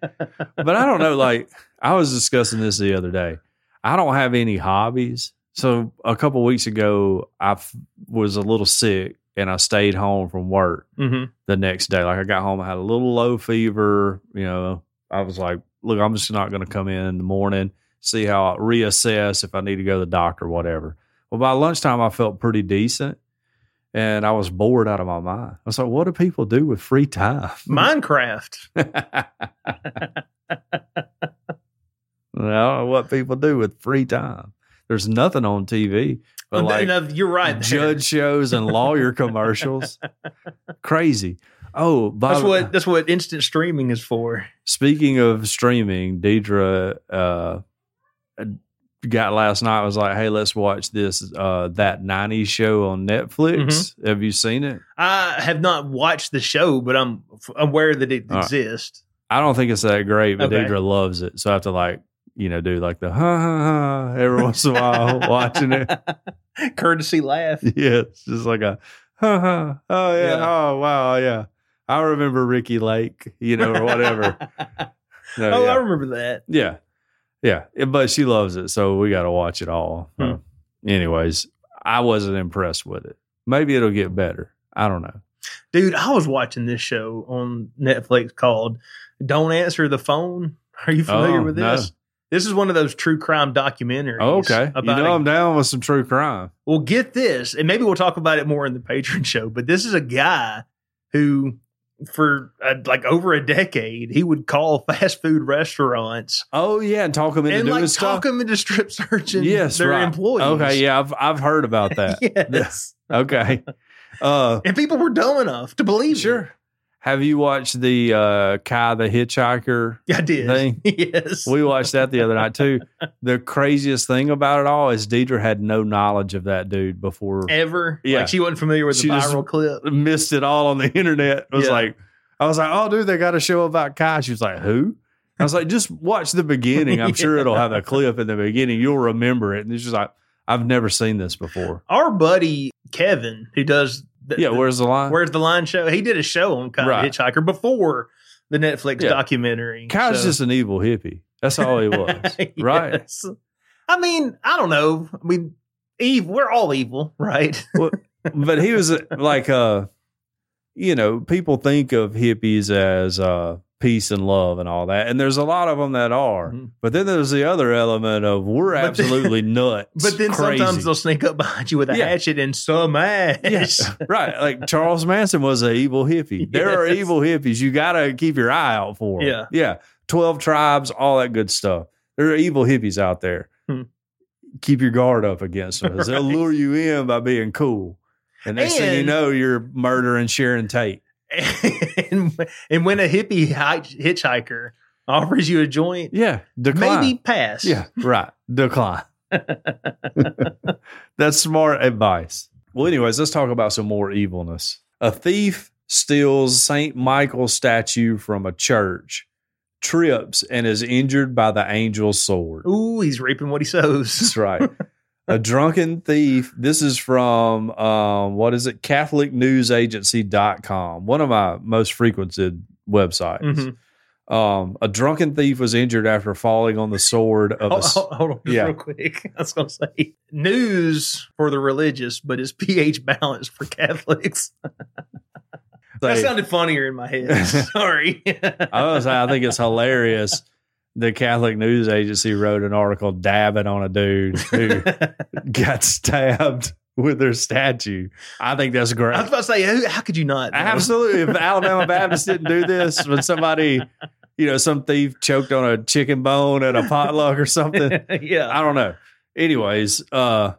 Speaker 3: I don't know. Like I was discussing this the other day. I don't have any hobbies. So a couple weeks ago, I f- was a little sick and I stayed home from work
Speaker 2: Mhm.
Speaker 3: the next day. Like I got home, I had a little low fever. You know, I was like, look, I'm just not going to come in in the morning. See how I reassess if I need to go to the doctor, whatever. Well, by lunchtime, I felt pretty decent. And I was bored out of my mind. I was like, what do people do with free time?
Speaker 2: minecraft
Speaker 3: I don't know what people do with free time. There's nothing on TV but
Speaker 2: No,
Speaker 3: like
Speaker 2: no, you're right there.
Speaker 3: judge shows and lawyer commercials. Crazy. Oh, by
Speaker 2: that's
Speaker 3: the-
Speaker 2: what that's what instant streaming is for
Speaker 3: Speaking of streaming, Deidre uh, got last night was like, "Hey, let's watch this uh, that '90s show on Netflix.
Speaker 2: Mm-hmm.
Speaker 3: Have you seen it?
Speaker 2: i have not watched the show but i'm f- aware that it
Speaker 3: All right.
Speaker 2: exists
Speaker 3: I don't think it's that great, but
Speaker 2: Okay.
Speaker 3: Deidre loves it. So I have to like, you know, do like the ha ha ha every once in a while watching it.
Speaker 2: courtesy laugh
Speaker 3: Yeah, it's just like a ha ha. Oh
Speaker 2: Yeah.
Speaker 3: yeah, Oh wow. Yeah. I remember Ricky Lake, you know, or whatever. No,
Speaker 2: oh
Speaker 3: yeah.
Speaker 2: i remember that
Speaker 3: yeah. Yeah. Yeah, But she loves it. So we got to watch it all.
Speaker 2: Hmm.
Speaker 3: Uh, anyways, I wasn't impressed with it. Maybe it'll get better. I don't know.
Speaker 2: Dude, I was watching this show on Netflix called Don't Answer the Phone. Are you familiar
Speaker 3: Oh,
Speaker 2: with
Speaker 3: no. Oh,
Speaker 2: this? This is one of those true crime documentaries.
Speaker 3: okay. You
Speaker 2: About
Speaker 3: know,
Speaker 2: a-
Speaker 3: I'm down with some true crime.
Speaker 2: well, get this, and maybe we'll talk about it more in the patron show, but this is a guy who, for uh, like over a decade, he would call fast food restaurants
Speaker 3: Oh yeah, and talk them into
Speaker 2: and
Speaker 3: doing
Speaker 2: like talk
Speaker 3: stuff.
Speaker 2: them into strip searching
Speaker 3: yes,
Speaker 2: their
Speaker 3: right.
Speaker 2: employees.
Speaker 3: Okay, yeah, I've I've heard about that.
Speaker 2: Yes.
Speaker 3: Okay. Uh
Speaker 2: And people were dumb enough to believe it.
Speaker 3: sure. Have you watched the uh Kai the Hitchhiker?
Speaker 2: I did.
Speaker 3: Thing.
Speaker 2: Yes.
Speaker 3: We watched that the other night too. The craziest thing about it all is Deidre had no knowledge of that dude before
Speaker 2: Ever.
Speaker 3: Yeah.
Speaker 2: Like she wasn't familiar with
Speaker 3: She
Speaker 2: the
Speaker 3: just-
Speaker 2: viral clip.
Speaker 3: missed it all on the internet. It was
Speaker 2: Yeah.
Speaker 3: like, I was like, oh, dude, they got a show about Kai. She was like, who? I was like, just watch the beginning. I'm sure it'll have a clip in the beginning. You'll remember it. And she's like, I've never seen this before.
Speaker 2: Our buddy Kevin, who does the,
Speaker 3: Yeah,
Speaker 2: the
Speaker 3: where's the line?
Speaker 2: Where's the Line show, he did a show on Kyle
Speaker 3: Right.
Speaker 2: Hitchhiker before the Netflix
Speaker 3: Yeah.
Speaker 2: documentary.
Speaker 3: Kai's
Speaker 2: so-
Speaker 3: just an evil hippie. That's all he was. Right.
Speaker 2: Yes. I mean, I don't know. I mean, evil. We're all evil, right?
Speaker 3: But he was like, uh, you know, people think of hippies as uh, peace and love and all that. And there's a lot of them that are.
Speaker 2: Mhm.
Speaker 3: But then there's the other element of we're
Speaker 2: But then-
Speaker 3: absolutely nuts.
Speaker 2: But then
Speaker 3: crazy.
Speaker 2: sometimes they'll sneak up behind you with a
Speaker 3: Yeah.
Speaker 2: hatchet and some ass.
Speaker 3: Yes, right. Like Charles Manson was an evil hippie. There are
Speaker 2: Yes.
Speaker 3: evil hippies. You got to keep your eye out for. 'em.
Speaker 2: Yeah.
Speaker 3: yeah. Twelve tribes, all that good stuff. There are evil hippies out there.
Speaker 2: Hmm.
Speaker 3: Keep your guard up against them. 'cause They'll
Speaker 2: Right.
Speaker 3: lure you in by being cool, and next thing you
Speaker 2: And-
Speaker 3: know, you're murdering Sharon Tate.
Speaker 2: and, and when a hippie hi- hitchhiker offers you a joint,
Speaker 3: Yeah, decline.
Speaker 2: maybe pass.
Speaker 3: Yeah, right. Decline. That's smart advice. Well, anyways, let's talk about some more evilness. A thief steals St. Michael's statue from a church, trips, and is injured by the angel's sword.
Speaker 2: Ooh, he's reaping what he sows.
Speaker 3: That's right. a drunken thief. This is from, um, what is it? CatholicNewsAgency.com, one of my most frequented websites.
Speaker 2: Mhm.
Speaker 3: Um, a drunken thief was injured after falling on the sword of a.
Speaker 2: Hold,
Speaker 3: s-
Speaker 2: hold- hold on just
Speaker 3: Yeah.
Speaker 2: real quick. I was going to say news for the religious, but it's pH balanced for Catholics. That
Speaker 3: say-
Speaker 2: sounded funnier in my head. Sorry.
Speaker 3: I was I think it's hilarious. The Catholic news agency wrote an article dabbing on a dude who got stabbed with their statue. I think that's
Speaker 2: I
Speaker 3: great.
Speaker 2: was about to say, who- how could you not? though?
Speaker 3: Absolutely. If Alabama Baptist didn't do this, when somebody, you know, some thief choked on a chicken bone at a potluck or something,
Speaker 2: yeah.
Speaker 3: I don't know. Anyways, uh,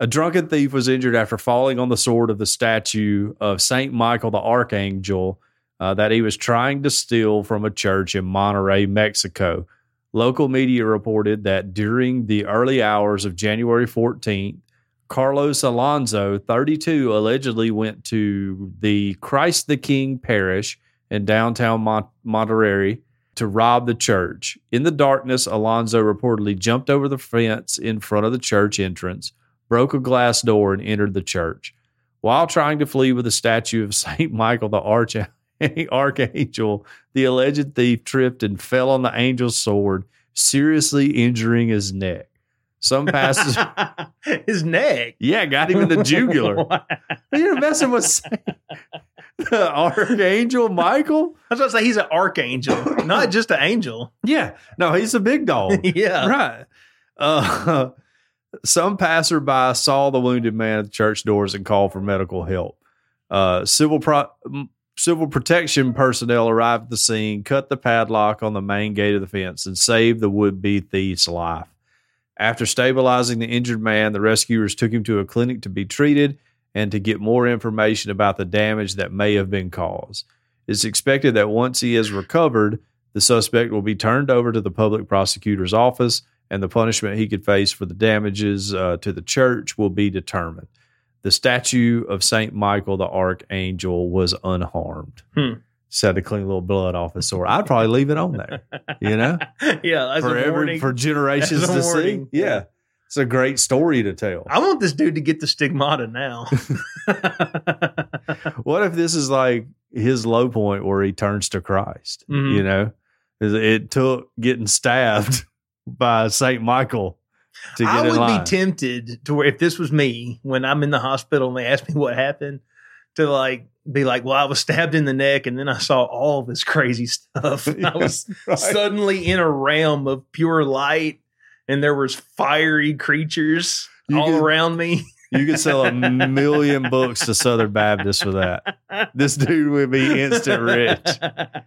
Speaker 3: a drunken thief was injured after falling on the sword of the statue of Saint Michael the Archangel uh, that he was trying to steal from a church in Monterey, Mexico. Local media reported that during the early hours of January 14th, Carlos Alonso, 32, allegedly went to the Christ the King parish in downtown Mon- Monterey to rob the church. In the darkness, Alonzo reportedly jumped over the fence in front of the church entrance, broke a glass door, and entered the church. While trying to flee with a statue of St. Michael the Arch- Archangel, the alleged thief tripped and fell on the angel's sword, seriously injuring his neck. Some passes.
Speaker 2: His neck.
Speaker 3: Yeah, got him in the jugular.
Speaker 2: Wow. I
Speaker 3: You're messing with Saint- the Archangel Michael?
Speaker 2: was about to say he's an archangel, not just an angel.
Speaker 3: Yeah. No, he's a big dog.
Speaker 2: yeah.
Speaker 3: right. Uh, some passerby saw the wounded man at the church doors and called for medical help. Uh, civil pro- m- civil protection personnel arrived at the scene, cut the padlock on the main gate of the fence, and saved the would be thief's life. After stabilizing the injured man, the rescuers took him to a clinic to be treated and to get more information about the damage that may have been caused. It's expected that once he is recovered, the suspect will be turned over to the public prosecutor's office, and the punishment he could face for the damages uh, to the church will be determined. The statue of St. Michael the Archangel was unharmed.
Speaker 2: Hmm.
Speaker 3: Just had to clean a little blood off his sword. I'd probably leave it on there, you know,
Speaker 2: Yeah. As
Speaker 3: for
Speaker 2: a
Speaker 3: every
Speaker 2: warning.
Speaker 3: for generations
Speaker 2: As a
Speaker 3: to see.
Speaker 2: warning.
Speaker 3: Yeah, it's a great story to tell.
Speaker 2: I want this dude to get the stigmata now.
Speaker 3: What if this is like his low point where he turns to Christ?
Speaker 2: Mhm.
Speaker 3: You know, Is- it took getting stabbed by Saint Michael to get
Speaker 2: I
Speaker 3: in
Speaker 2: would
Speaker 3: line.
Speaker 2: be tempted to where if this was me when I'm in the hospital and they ask me what happened, to like be like, well, I was stabbed in the neck and then I saw all this crazy stuff. And I was
Speaker 3: Right.
Speaker 2: suddenly in a realm of pure light and there was fiery creatures
Speaker 3: You
Speaker 2: all
Speaker 3: could-
Speaker 2: around me.
Speaker 3: you could sell a million books to Southern Baptists for that. This dude would be instant rich.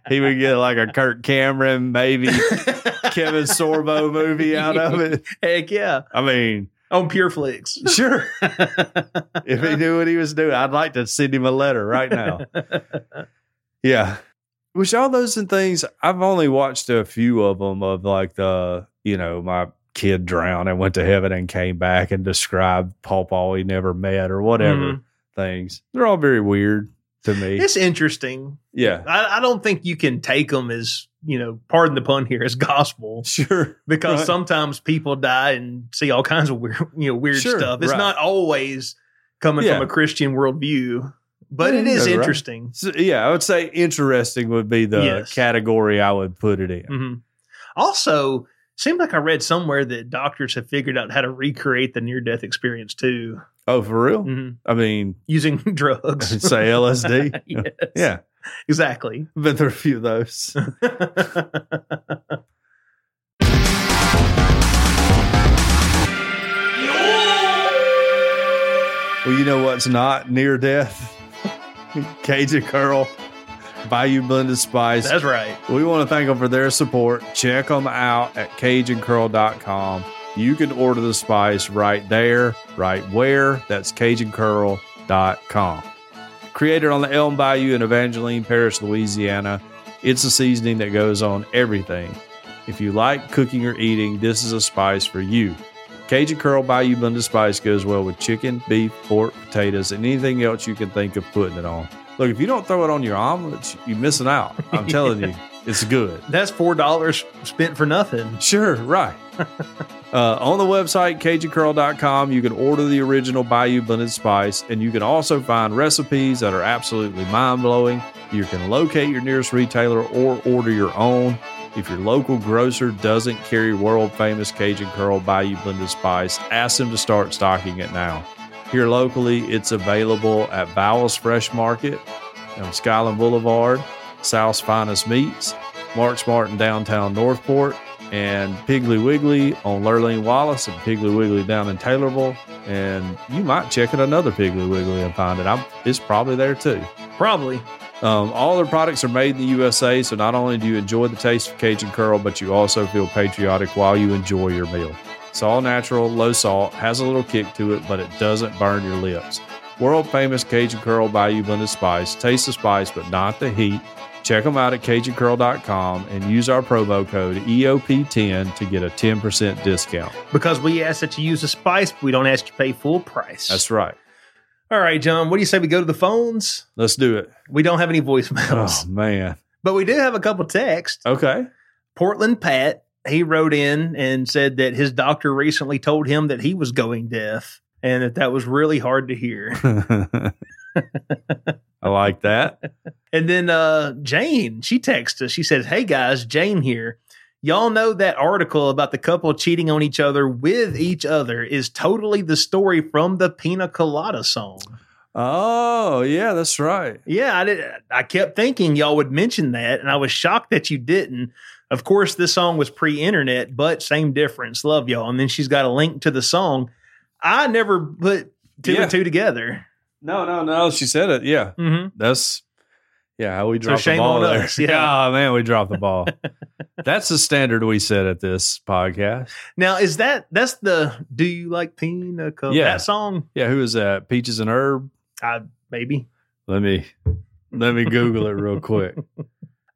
Speaker 3: He would get like a Kirk Cameron, maybe Kevin Sorbo movie out of it.
Speaker 2: Heck yeah.
Speaker 3: I mean,
Speaker 2: On pure flicks.
Speaker 3: sure. If he knew what he was doing, I'd like to send him a letter right now. Yeah. Which all those and things, I've only watched a few of them of like the, you know, my kid drowned and went to heaven and came back and described Paul Paul he never met or whatever
Speaker 2: Mhm.
Speaker 3: things. They're all very weird to me.
Speaker 2: It's interesting.
Speaker 3: yeah.
Speaker 2: I, I don't think you can take them as, you know, pardon the pun here, as gospel
Speaker 3: Sure.
Speaker 2: because
Speaker 3: Right.
Speaker 2: sometimes people die and see all kinds of weird, you know, weird
Speaker 3: Sure,
Speaker 2: stuff. It's
Speaker 3: right.
Speaker 2: not always coming
Speaker 3: Yeah.
Speaker 2: from a Christian worldview, but it
Speaker 3: Yeah,
Speaker 2: is
Speaker 3: right.
Speaker 2: interesting.
Speaker 3: So, yeah, I would say interesting would be the
Speaker 2: Yes.
Speaker 3: category I would put it in.
Speaker 2: Mhm. Also, seemed like I read somewhere that doctors have figured out how to recreate the near death experience too,
Speaker 3: Oh, for real?
Speaker 2: Mhm.
Speaker 3: I mean,
Speaker 2: using drugs.
Speaker 3: say LSD.
Speaker 2: Yes,
Speaker 3: Yeah.
Speaker 2: exactly.
Speaker 3: I've been through a few of those. Well, you know what's not near death? Cajun Curl, Bayou Blended Spice.
Speaker 2: That's right.
Speaker 3: we want to thank them for their support. Check them out at CajunCurl.com. You can order the spice right there, right where. That's CajunCurl.com. Created on the Elm Bayou in Evangeline Parish, Louisiana, it's a seasoning that goes on everything. If you like cooking or eating, this is a spice for you. Cajun Curl Bayou Blended Spice goes well with chicken, beef, pork, potatoes, and anything else you can think of putting it on. Look, if you don't throw it on your omelets, you're missing out. I'm telling you, it's good.
Speaker 2: That's four dollars spent for nothing.
Speaker 3: Sure, right. uh, on the website, cajuncurl.com, you can order the original Bayou Blended Spice, and you can also find recipes that are absolutely mind blowing. You can locate your nearest retailer or order your own. If your local grocer doesn't carry world famous Cajun Curl Bayou Blended Spice, ask them to start stocking it now. Here locally, it's available at Bowles Fresh Market on Skyland Boulevard, South's Finest Meats, Mark's Martin downtown Northport, and Piggly Wiggly on Lurleen Wallace and Piggly Wiggly down in Taylorville. And you might check at another Piggly Wiggly and find it. I'm, it's probably there too.
Speaker 2: Probably.
Speaker 3: Um, all their products are made in the USA, so not only do you enjoy the taste of Cajun Curl, but you also feel patriotic while you enjoy your meal. It's all natural, low salt, has a little kick to it, but it doesn't burn your lips. World famous Cajun Curl Bayou Blended Spice. Taste the spice, but not the heat. Check them out at CajunCurl.com and use our promo code E EOP10 to get a 10% discount.
Speaker 2: Because we ask that you use the spice, but we don't ask you to pay full price.
Speaker 3: That's right.
Speaker 2: All right, John. What do you say we go to the phones?
Speaker 3: Let's do it.
Speaker 2: We don't have any
Speaker 3: Oh,
Speaker 2: voicemails,
Speaker 3: man.
Speaker 2: but we do have a couple texts.
Speaker 3: Okay.
Speaker 2: Portland Pat, he wrote in and said that his doctor recently told him that he was going deaf and that that was really hard to hear.
Speaker 3: I like that.
Speaker 2: And then uh, Jane, she texted us. She says, Hey guys, Jane here. Y'all know that article about the couple cheating on each other with each other is totally the story from the Pina Colada song.
Speaker 3: Oh, yeah, that's right.
Speaker 2: Yeah, I did. I kept thinking y'all would mention that, and I was shocked that you didn't. Of course, this song was pre-internet, but same difference. Love y'all. And then she's got a link to the song. I never put two
Speaker 3: Yeah.
Speaker 2: and two together.
Speaker 3: No, no, no. She said it. Yeah,
Speaker 2: hmm
Speaker 3: that's yeah. How we
Speaker 2: So
Speaker 3: dropped
Speaker 2: shame
Speaker 3: the
Speaker 2: on
Speaker 3: ball there.
Speaker 2: us, yeah.
Speaker 3: Oh, man, we dropped the ball. that's the standard we set at this podcast.
Speaker 2: Now is that that's the Do you like pina colada?
Speaker 3: Yeah.
Speaker 2: That song,
Speaker 3: Yeah, who is that? Peaches and herb.
Speaker 2: maybe.
Speaker 3: Let me let me Google it real quick.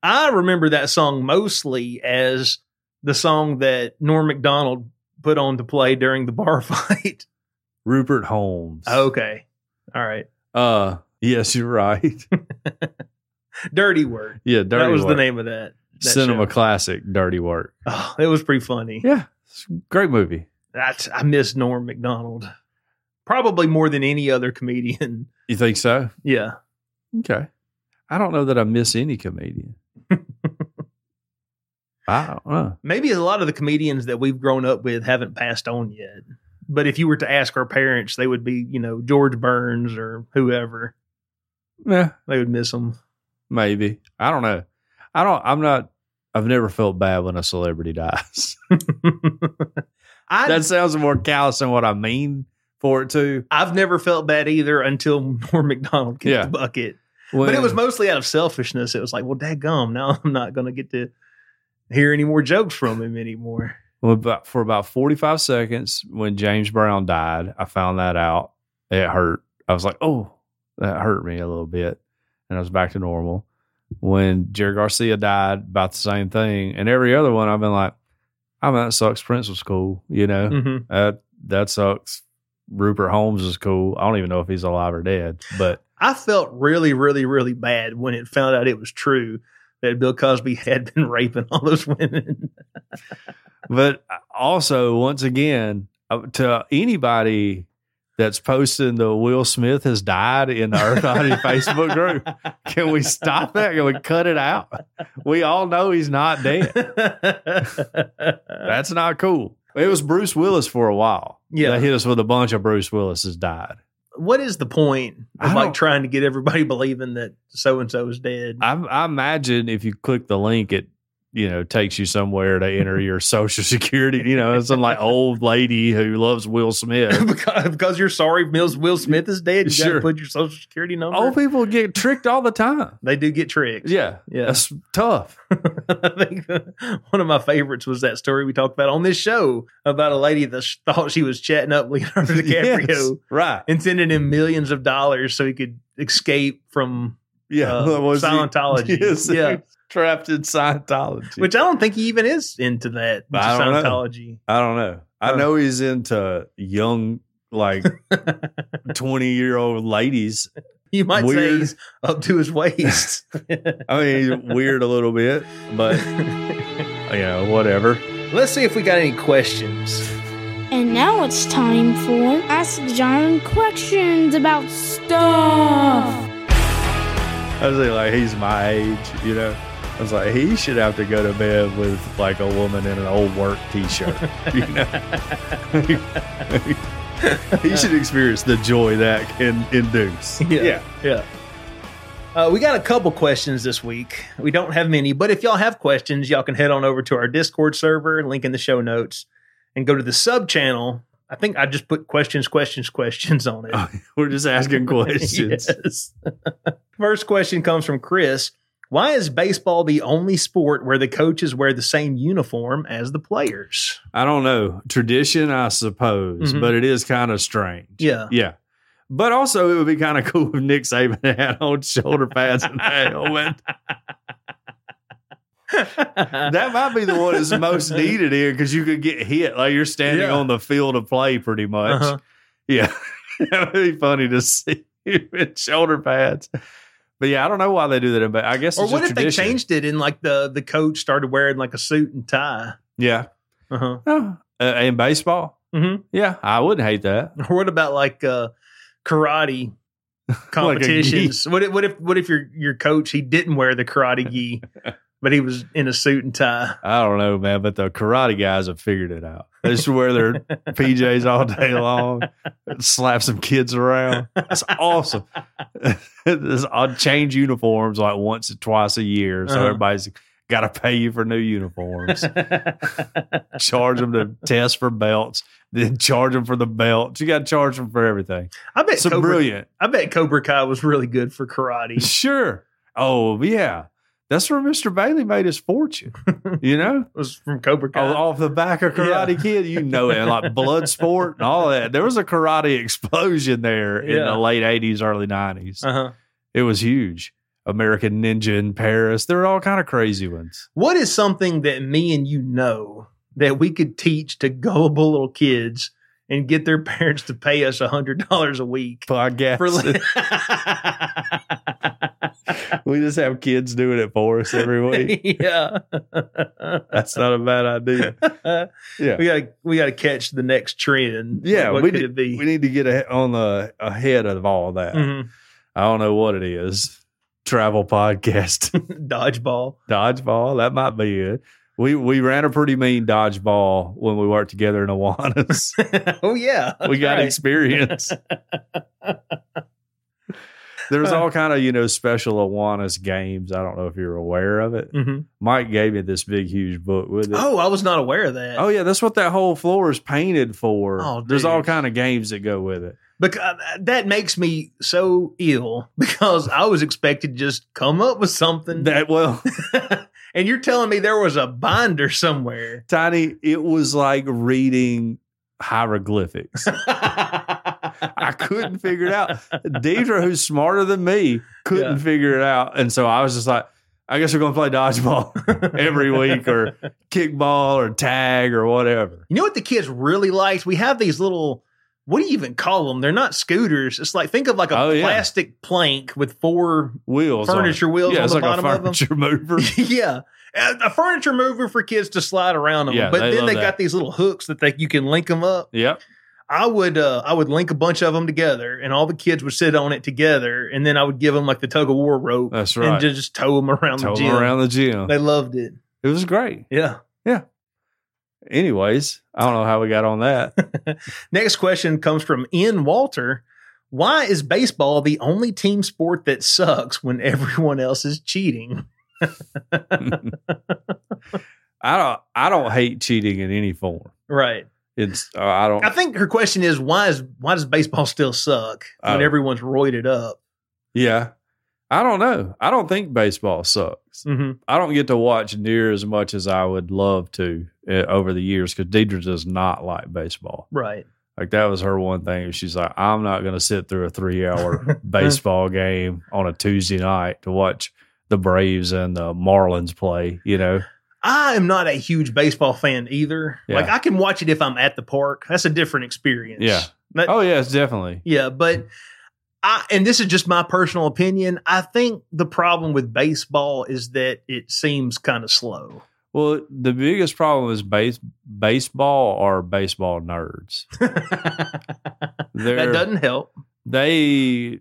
Speaker 2: I remember that song mostly as the song that Norm Macdonald put on to play during the bar fight.
Speaker 3: Rupert Holmes.
Speaker 2: okay, all right.
Speaker 3: uh, yes, you're right.
Speaker 2: Dirty word.
Speaker 3: Yeah, dirty.
Speaker 2: that was
Speaker 3: Work.
Speaker 2: the name of that. that
Speaker 3: Cinema
Speaker 2: show.
Speaker 3: classic, Dirty Work.
Speaker 2: Oh, it was pretty funny.
Speaker 3: Yeah, it's a great movie.
Speaker 2: That's I miss Norm Macdonald. Probably more than any other comedian.
Speaker 3: You think so?
Speaker 2: Yeah.
Speaker 3: Okay. I don't know that I miss any comedian. I don't uh, know.
Speaker 2: Maybe a lot of the comedians that we've grown up with haven't passed on yet. But if you were to ask our parents, they would be, you know, George Burns or whoever.
Speaker 3: Yeah,
Speaker 2: They would miss them.
Speaker 3: maybe. I don't know. I don't. I'm not. I've never felt bad when a celebrity dies.
Speaker 2: I
Speaker 3: that sounds more callous than what I mean for it to.
Speaker 2: I've never felt bad either until Norm McDonald kicked
Speaker 3: Yeah.
Speaker 2: the bucket.
Speaker 3: When,
Speaker 2: but it was mostly out of selfishness. It was like, well, dadgum, now I'm not going to get to hear any more jokes from him anymore.
Speaker 3: Well, about, for about 45 seconds when James Brown died, I found that out. It hurt. I was like, oh, that hurt me a little bit. And I was back to normal. When Jerry Garcia died, about the same thing. And every other one, I've been like, I mean, that sucks. Prince was cool. You know,
Speaker 2: Mhm.
Speaker 3: that, that sucks. Rupert Holmes is cool. I don't even know if he's alive or dead, but
Speaker 2: I felt really, really, really bad when it found out it was true that Bill Cosby had been raping all those women.
Speaker 3: but also once again uh, to anybody that's posting the Will Smith has died in the Earth Oddity Facebook group, can we stop that? Can we cut it out? We all know he's not dead. That's not cool. It was Bruce Willis for a while.
Speaker 2: Yeah.
Speaker 3: they hit us with a bunch of Bruce Willis has died.
Speaker 2: what is the point of
Speaker 3: I
Speaker 2: like
Speaker 3: don't-
Speaker 2: trying to get everybody believing that so and so is dead?
Speaker 3: I, I imagine if you click the link, it you know takes you somewhere to enter your social security. You know, some like old lady who loves Will Smith.
Speaker 2: because, because you're sorry Mills Will Smith is dead, you gotta
Speaker 3: Sure.
Speaker 2: put your social security number.
Speaker 3: Old people get tricked all the time.
Speaker 2: they do get tricked.
Speaker 3: Yeah.
Speaker 2: Yeah.
Speaker 3: That's tough.
Speaker 2: I think uh, one of my favorites was that story we talked about on this show about a lady that sh- thought she was chatting up Leonardo DiCaprio
Speaker 3: Yes, Right.
Speaker 2: and sending him millions of dollars so he could escape from
Speaker 3: Yeah.
Speaker 2: uh,
Speaker 3: What was he-
Speaker 2: Scientology.
Speaker 3: Yes,
Speaker 2: Yeah.
Speaker 3: Trapped in Scientology.
Speaker 2: which I don't think he even is into that into
Speaker 3: I don't know.
Speaker 2: Scientology.
Speaker 3: I don't know. I
Speaker 2: Huh.
Speaker 3: know he's into young, like 20 year old ladies.
Speaker 2: You might say
Speaker 3: Weird.
Speaker 2: he's up to his waist.
Speaker 3: I mean, he's weird a little bit, but you know, whatever.
Speaker 2: Let's see if we got any questions.
Speaker 4: And now it's time for Ask John questions about stuff.
Speaker 3: I was like, like, he's my age, you know? I was like, he should have to go to bed with like a woman in an old work t shirt, you know? he should experience the joy that can induce.
Speaker 2: Yeah. Yeah. Uh, we got a couple questions this week. We don't have many, but if y'all have questions, y'all can head on over to our Discord server, link in the show notes, and go to the sub channel. I think I just put questions, questions, questions on it.
Speaker 3: Oh, We're just asking questions.
Speaker 2: Yes. First question comes from Chris. Why is baseball the only sport where the coaches wear the same uniform as the players?
Speaker 3: I don't know. Tradition, I suppose,
Speaker 2: Mhm.
Speaker 3: but it is kind of strange.
Speaker 2: Yeah.
Speaker 3: Yeah. But also, it would be kind of cool if Nick Saban had on shoulder pads and a helmet. That might be the one that's most needed here because you could get hit. Like you're standing
Speaker 2: Yeah.
Speaker 3: on the field of play pretty much.
Speaker 2: Uh-huh.
Speaker 3: Yeah. that would be funny to see you in shoulder pads. But yeah, I don't know why they do that. But I guess
Speaker 2: Or
Speaker 3: it's
Speaker 2: what
Speaker 3: just
Speaker 2: if
Speaker 3: tradition.
Speaker 2: they changed it and like the the coach started wearing like a suit and tie?
Speaker 3: Yeah.
Speaker 2: Uh-huh.
Speaker 3: Oh. Uh, in baseball?
Speaker 2: Mhm.
Speaker 3: Yeah. I wouldn't hate that.
Speaker 2: Or what about like uh karate competitions? what if what if what if your your coach he didn't wear the karate gi, but he was in a suit and tie?
Speaker 3: I don't know, man, but the karate guys have figured it out. They just wear their PJs all day long, slap some kids around. That's awesome. This- I'll change uniforms like once or twice a year. So
Speaker 2: Uh-huh.
Speaker 3: everybody's got to pay you for new uniforms, charge them to test for belts, then charge them for the belts. You got to charge them for everything.
Speaker 2: I bet
Speaker 3: So
Speaker 2: Cobra,
Speaker 3: brilliant.
Speaker 2: I bet Cobra Kai was really good for karate.
Speaker 3: Sure. Oh, yeah. That's where Mr. Bailey made his fortune, you know?
Speaker 2: It was from Cobra Kai.
Speaker 3: Oh, off the back of Karate
Speaker 2: Yeah.
Speaker 3: Kid, you know it, like blood sport and all that. There was a karate explosion there in
Speaker 2: Yeah.
Speaker 3: the late eighties, early 90s
Speaker 2: Uh-huh.
Speaker 3: It was huge. American Ninja in Paris. There were all kind of crazy ones.
Speaker 2: What is something that me and you know that we could teach to gullible little kids and get their parents to pay us hundred dollars a week?
Speaker 3: Podcast.
Speaker 2: For li-
Speaker 3: we just have kids doing it for us every week.
Speaker 2: yeah.
Speaker 3: That's not a bad idea. Yeah.
Speaker 2: We gotta we gotta catch the next trend.
Speaker 3: Yeah,
Speaker 2: What
Speaker 3: we
Speaker 2: could
Speaker 3: did-
Speaker 2: it be?
Speaker 3: We need to get a, on the ahead of all that.
Speaker 2: Mhm.
Speaker 3: I don't know what it is. Travel podcast.
Speaker 2: Dodgeball.
Speaker 3: dodgeball. That might be it. We we ran a pretty mean dodgeball when we worked together in Awanas.
Speaker 2: oh yeah.
Speaker 3: we got
Speaker 2: Right.
Speaker 3: experience. There's all kind of you know special Awanas games. I don't know if you're aware of it.
Speaker 2: Mhm.
Speaker 3: Mike gave me this big huge book with it.
Speaker 2: Oh, I was not aware of that.
Speaker 3: Oh, yeah, that's what that whole floor is painted for.
Speaker 2: Oh,
Speaker 3: There's all
Speaker 2: dude.
Speaker 3: kind of games that go with it.
Speaker 2: because uh, that makes me so ill because I was expected to just come up with something.
Speaker 3: That well,
Speaker 2: and you're telling me there was a binder somewhere.
Speaker 3: Tiny, it was like reading hieroglyphics. I
Speaker 2: I
Speaker 3: couldn't figure it out. Deidre, who's smarter than me, couldn't
Speaker 2: Yeah.
Speaker 3: figure it out. And so I was just like, I guess we're going to play dodgeball every week or kickball or tag or whatever.
Speaker 2: You know what the kids really liked? We have these little. What do you even call them? They're not scooters. It's like think of like a
Speaker 3: Oh, yeah.
Speaker 2: plastic plank with four
Speaker 3: Wheels. on it.
Speaker 2: furniture wheels
Speaker 3: Yeah,
Speaker 2: on
Speaker 3: it's
Speaker 2: the
Speaker 3: like
Speaker 2: bottom
Speaker 3: a
Speaker 2: of them.
Speaker 3: furniture mover.
Speaker 2: yeah, a a furniture mover for kids to slide around on.
Speaker 3: Yeah,
Speaker 2: but
Speaker 3: they
Speaker 2: then
Speaker 3: love
Speaker 2: they
Speaker 3: that.
Speaker 2: got these little hooks that they you can link them up.
Speaker 3: yep.
Speaker 2: I would uh, I would link a bunch of them together, and all the kids would sit on it together, and then I would give them like the tug of war rope.
Speaker 3: That's
Speaker 2: And
Speaker 3: right.
Speaker 2: ju- just tow them around
Speaker 3: Tow
Speaker 2: the
Speaker 3: 'em
Speaker 2: gym.
Speaker 3: around the gym.
Speaker 2: They loved it.
Speaker 3: It was great.
Speaker 2: Yeah.
Speaker 3: Anyways, I don't know how we got on that.
Speaker 2: Next question comes from N. Walter. Why is baseball the only team sport that sucks when everyone else is cheating?
Speaker 3: I don't. I don't hate cheating in any form.
Speaker 2: Right.
Speaker 3: It's. Uh, I don't.
Speaker 2: I think her question is why is why does baseball still suck when
Speaker 3: Oh.
Speaker 2: everyone's roided up?
Speaker 3: Yeah. I don't know. I don't think baseball sucks.
Speaker 2: Mm-hmm.
Speaker 3: I don't get to watch near as much as I would love to uh, over the years because Deidre does not like baseball.
Speaker 2: Right.
Speaker 3: Like that was her one thing. She's like, I'm not going to sit through a three hour baseball game on a Tuesday night to watch the Braves and the Marlins play. You know,
Speaker 2: I am not a huge baseball fan either.
Speaker 3: Yeah.
Speaker 2: Like I can watch it if I'm at the park. That's a different experience.
Speaker 3: Yeah.
Speaker 2: That-
Speaker 3: oh yes, definitely.
Speaker 2: Yeah, but I and this is just my personal opinion. I think the problem with baseball is that it seems kind of slow.
Speaker 3: Well, the biggest problem is base baseball are baseball nerds.
Speaker 2: that
Speaker 3: They're,
Speaker 2: doesn't help.
Speaker 3: they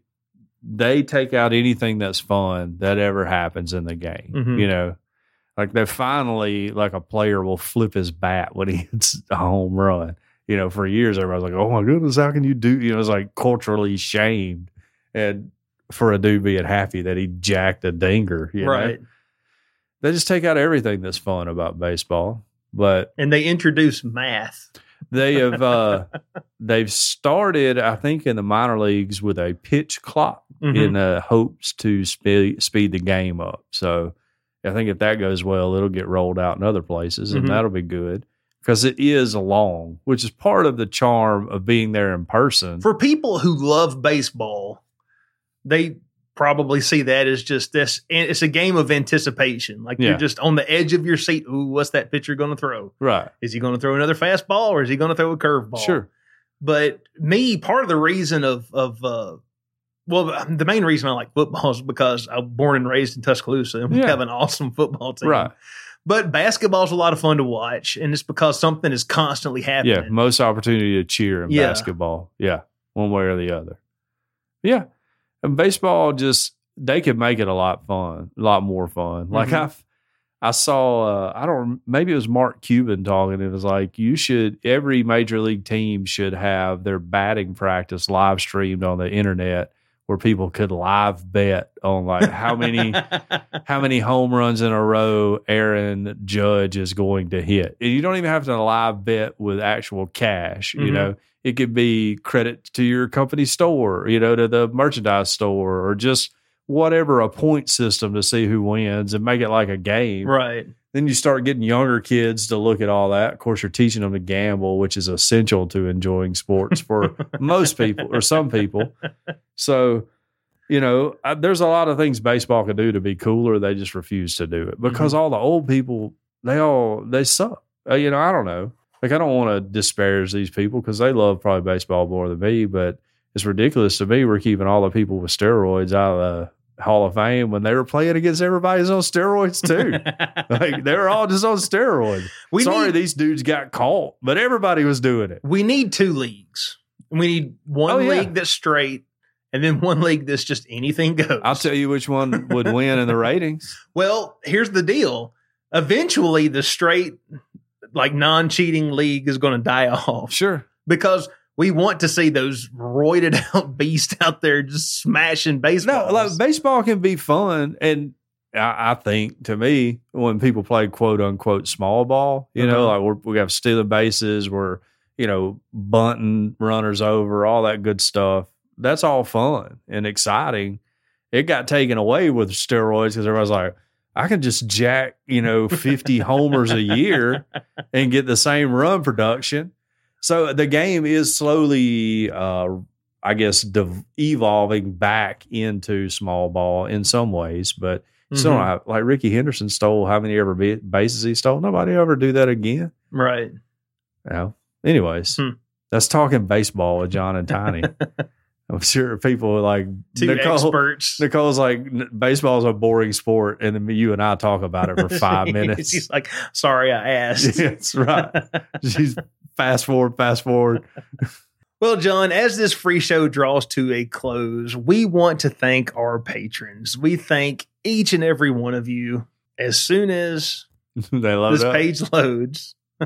Speaker 3: they take out anything that's fun that ever happens in the game.
Speaker 2: Mhm.
Speaker 3: You know, like they finally like a player will flip his bat when he hits a home run. You know, for years everybody's like, "Oh my goodness, how can you do?" You know, it's like culturally shamed, and for a dude being happy that he jacked a dinger, you know?
Speaker 2: right.
Speaker 3: They just take out everything that's fun about baseball, but
Speaker 2: And they introduce math.
Speaker 3: they have uh they've started i think in the minor leagues with a pitch clock
Speaker 2: Mhm.
Speaker 3: in uh, hopes to speed speed the game up so i think if that goes well it'll get rolled out in other places and
Speaker 2: Mhm.
Speaker 3: that'll be good because it is long which is part of the charm of being there in person
Speaker 2: For people who love baseball, they probably see that as just this and it's a game of anticipation. Like
Speaker 3: Yeah.
Speaker 2: you're just on the edge of your seat. Ooh, what's that pitcher going to throw?
Speaker 3: right
Speaker 2: Is he going to throw another fastball or is he going to throw a curveball?
Speaker 3: sure
Speaker 2: but me part of the reason of of uh well the main reason i like football is because i was born and raised in tuscaloosa and we
Speaker 3: Yeah.
Speaker 2: have an awesome football team
Speaker 3: right
Speaker 2: but basketball's a lot of fun to watch and it's because something is constantly
Speaker 3: yeah
Speaker 2: happening
Speaker 3: most opportunity to cheer in
Speaker 2: Yeah.
Speaker 3: basketball yeah one way or the other yeah and baseball just they could make it a lot fun a lot more fun like
Speaker 2: Mhm.
Speaker 3: i've i saw uh, i don't maybe it was mark cuban talking it was like you should every major league team should have their batting practice live streamed on the internet where people could live bet on like how many how many home runs in a row Aaron Judge is going to hit. And you don't even have to live bet with actual cash. You
Speaker 2: Mhm.
Speaker 3: know, it could be credit to your company store, you know, to the merchandise store or just whatever a point system to see who wins and make it like a game.
Speaker 2: right
Speaker 3: Then you start getting younger kids to look at all that. Of course, you're teaching them to gamble, which is essential to enjoying sports for most people or some people. So, you know, I, there's a lot of things baseball could do to be cooler. They just refuse to do it because all the old people, they all they suck. Uh, you know, I don't know. Like I don't want to disparage these people because they love probably baseball more than me, but it's ridiculous to me. We're keeping all the people with steroids out of the Hall of Fame when they were playing against everybody's on steroids too. like they were all just on steroids.
Speaker 2: we
Speaker 3: Sorry,
Speaker 2: need
Speaker 3: these dudes got caught, but everybody was doing it.
Speaker 2: we need two leagues we need one
Speaker 3: Oh, yeah.
Speaker 2: league that's straight and then one league that's just anything goes
Speaker 3: I'll tell you which one would win in the ratings.
Speaker 2: Well, here's the deal. Eventually, the straight, like non cheating league is going to die off
Speaker 3: Sure.
Speaker 2: because we want to see those roided out beasts out there just smashing
Speaker 3: No,
Speaker 2: baseballs.
Speaker 3: like baseball can be fun, and I, I think to me, when people play "quote unquote" small ball, you know,
Speaker 2: Mhm.
Speaker 3: like we're, we have stealing bases, we're you know bunting runners over, all that good stuff. That's all fun and exciting. It got taken away with steroids because everybody's like, I can just jack you know fifty homers a year and get the same run production. So the game is slowly, uh, I guess, dev- evolving back into small ball in some ways, but still
Speaker 2: Mhm.
Speaker 3: not like Ricky Henderson stole how many ever ba- bases he stole. Nobody ever do that again.
Speaker 2: right.
Speaker 3: No. Anyways,
Speaker 2: Hmm.
Speaker 3: that's talking baseball with John and Tiny. I'm sure people like
Speaker 2: Two
Speaker 3: Nicole.
Speaker 2: experts.
Speaker 3: Nicole's like "N- baseball's a boring sport, and then you and I talk about it for five minutes.
Speaker 2: She's like, sorry, I asked.
Speaker 3: Yeah, That's right. She's fast forward, fast forward.
Speaker 2: Well, John, as this free show draws to a close, we want to thank our patrons. We thank each and every one of you. As soon as
Speaker 3: they love
Speaker 2: this
Speaker 3: that.
Speaker 2: page loads.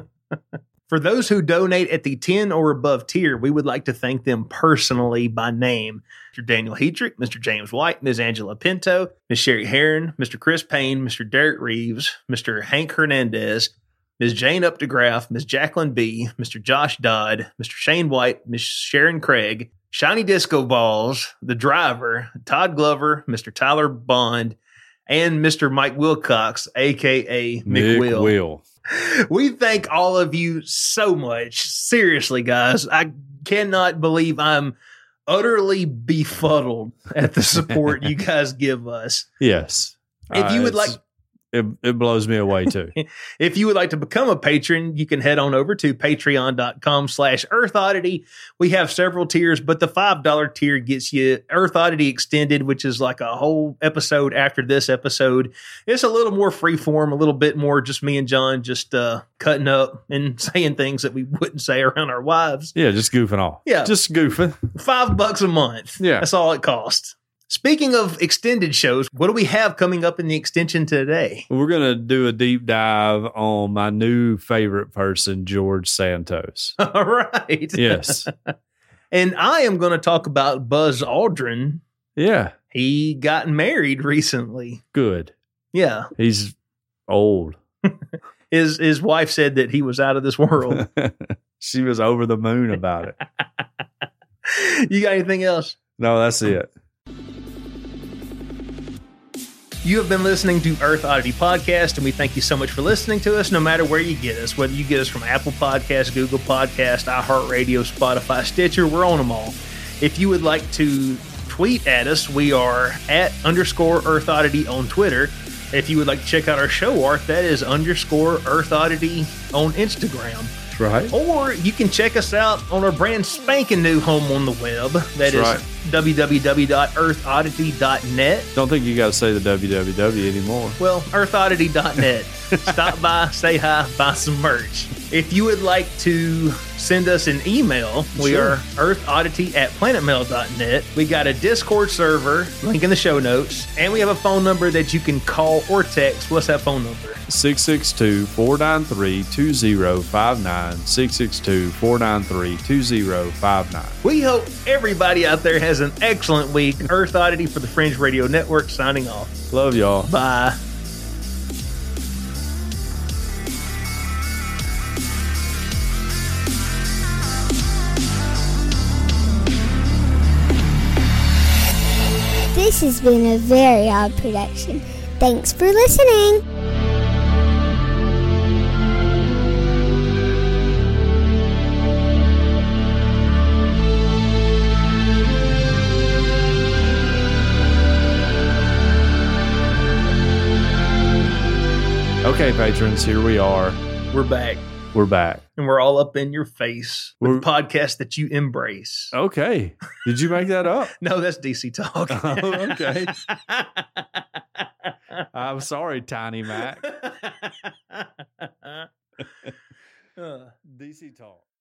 Speaker 2: For those who donate at the 10 or above tier, we would like to thank them personally by name. Mr. Daniel Heatrick, Mr. James White, Ms. Angela Pinto, Ms. Sherry Heron, Mr. Chris Payne, Mr. Derek Reeves, Mr. Hank Hernandez, Ms. Jane Updegraff, Ms. Jacqueline B., Mr. Josh Dodd, Mr. Shane White, Ms. Sharon Craig, Shiny Disco Balls, The Driver, Todd Glover, Mr. Tyler Bond, and Mr. Mike Wilcox, aka
Speaker 3: Nick
Speaker 2: McWill. We thank all of you so much. Seriously, guys, I cannot believe I'm utterly befuddled at the support you guys give us.
Speaker 3: Yes. Uh,
Speaker 2: If you would
Speaker 3: it's- it, it blows me away too.
Speaker 2: If you would like to become a patron, you can head on over to patreon.com slash Earth Oddity. We have several tiers, but the $5 tier gets you Earth Oddity Extended, which is like a whole episode after this episode. It's a little more free form, a little bit more just me and John just uh, cutting up and saying things that we wouldn't say around our wives.
Speaker 3: yeah, just goofing off.
Speaker 2: Yeah.
Speaker 3: Just goofing.
Speaker 2: Five bucks a month.
Speaker 3: Yeah.
Speaker 2: That's all it costs. Speaking of extended shows, what do we have coming up in the extension today?
Speaker 3: We're gonna do a deep dive on my new favorite person, George Santos.
Speaker 2: All right.
Speaker 3: Yes.
Speaker 2: And I am going to talk about Buzz Aldrin.
Speaker 3: yeah.
Speaker 2: He got married recently.
Speaker 3: Good.
Speaker 2: Yeah.
Speaker 3: He's old.
Speaker 2: His his wife said that he was out of this world.
Speaker 3: she was over the moon about it.
Speaker 2: you got anything else?
Speaker 3: No, that's it.
Speaker 2: You have been listening to Earth Oddity Podcast, and we thank you so much for listening to us, no matter where you get us, whether you get us from Apple Podcasts, Google Podcast, iHeartRadio, Spotify, Stitcher, we're on them all. If you would like to tweet at us, we are at underscore Earth Oddity on Twitter. If you would like to check out our show art, that is underscore Earth Oddity on Instagram.
Speaker 3: Right.
Speaker 2: Or you can check us out on our brand spanking new home on the web. That
Speaker 3: That's
Speaker 2: is
Speaker 3: right.
Speaker 2: www.earthoddity.net.
Speaker 3: Don't think you gotta say the www anymore.
Speaker 2: Well, earthoddity.net. Stop by, say hi, buy some merch. If you would like to send us an email, we
Speaker 3: Sure.
Speaker 2: are earthoddity at planetmail.net. We got a Discord server, link in the show notes, and we have a phone number that you can call or text. What's that phone number?
Speaker 3: 662 493 2059. 662 493 2059.
Speaker 2: We hope everybody out there has an excellent week. Earth Oddity for the Fringe Radio Network signing off.
Speaker 3: Love y'all.
Speaker 2: Bye.
Speaker 5: This has been a very odd production. Thanks for listening.
Speaker 3: Okay, patrons, here we are.
Speaker 2: We're back.
Speaker 3: We're back.
Speaker 2: And we're all up in your face with
Speaker 3: We're- Uh.
Speaker 2: podcasts that you embrace.
Speaker 3: Okay. Did you make that up?
Speaker 2: No, that's DC Talk.
Speaker 3: Oh, okay. I'm sorry, Tiny Mac.
Speaker 2: Uh.
Speaker 3: DC Talk.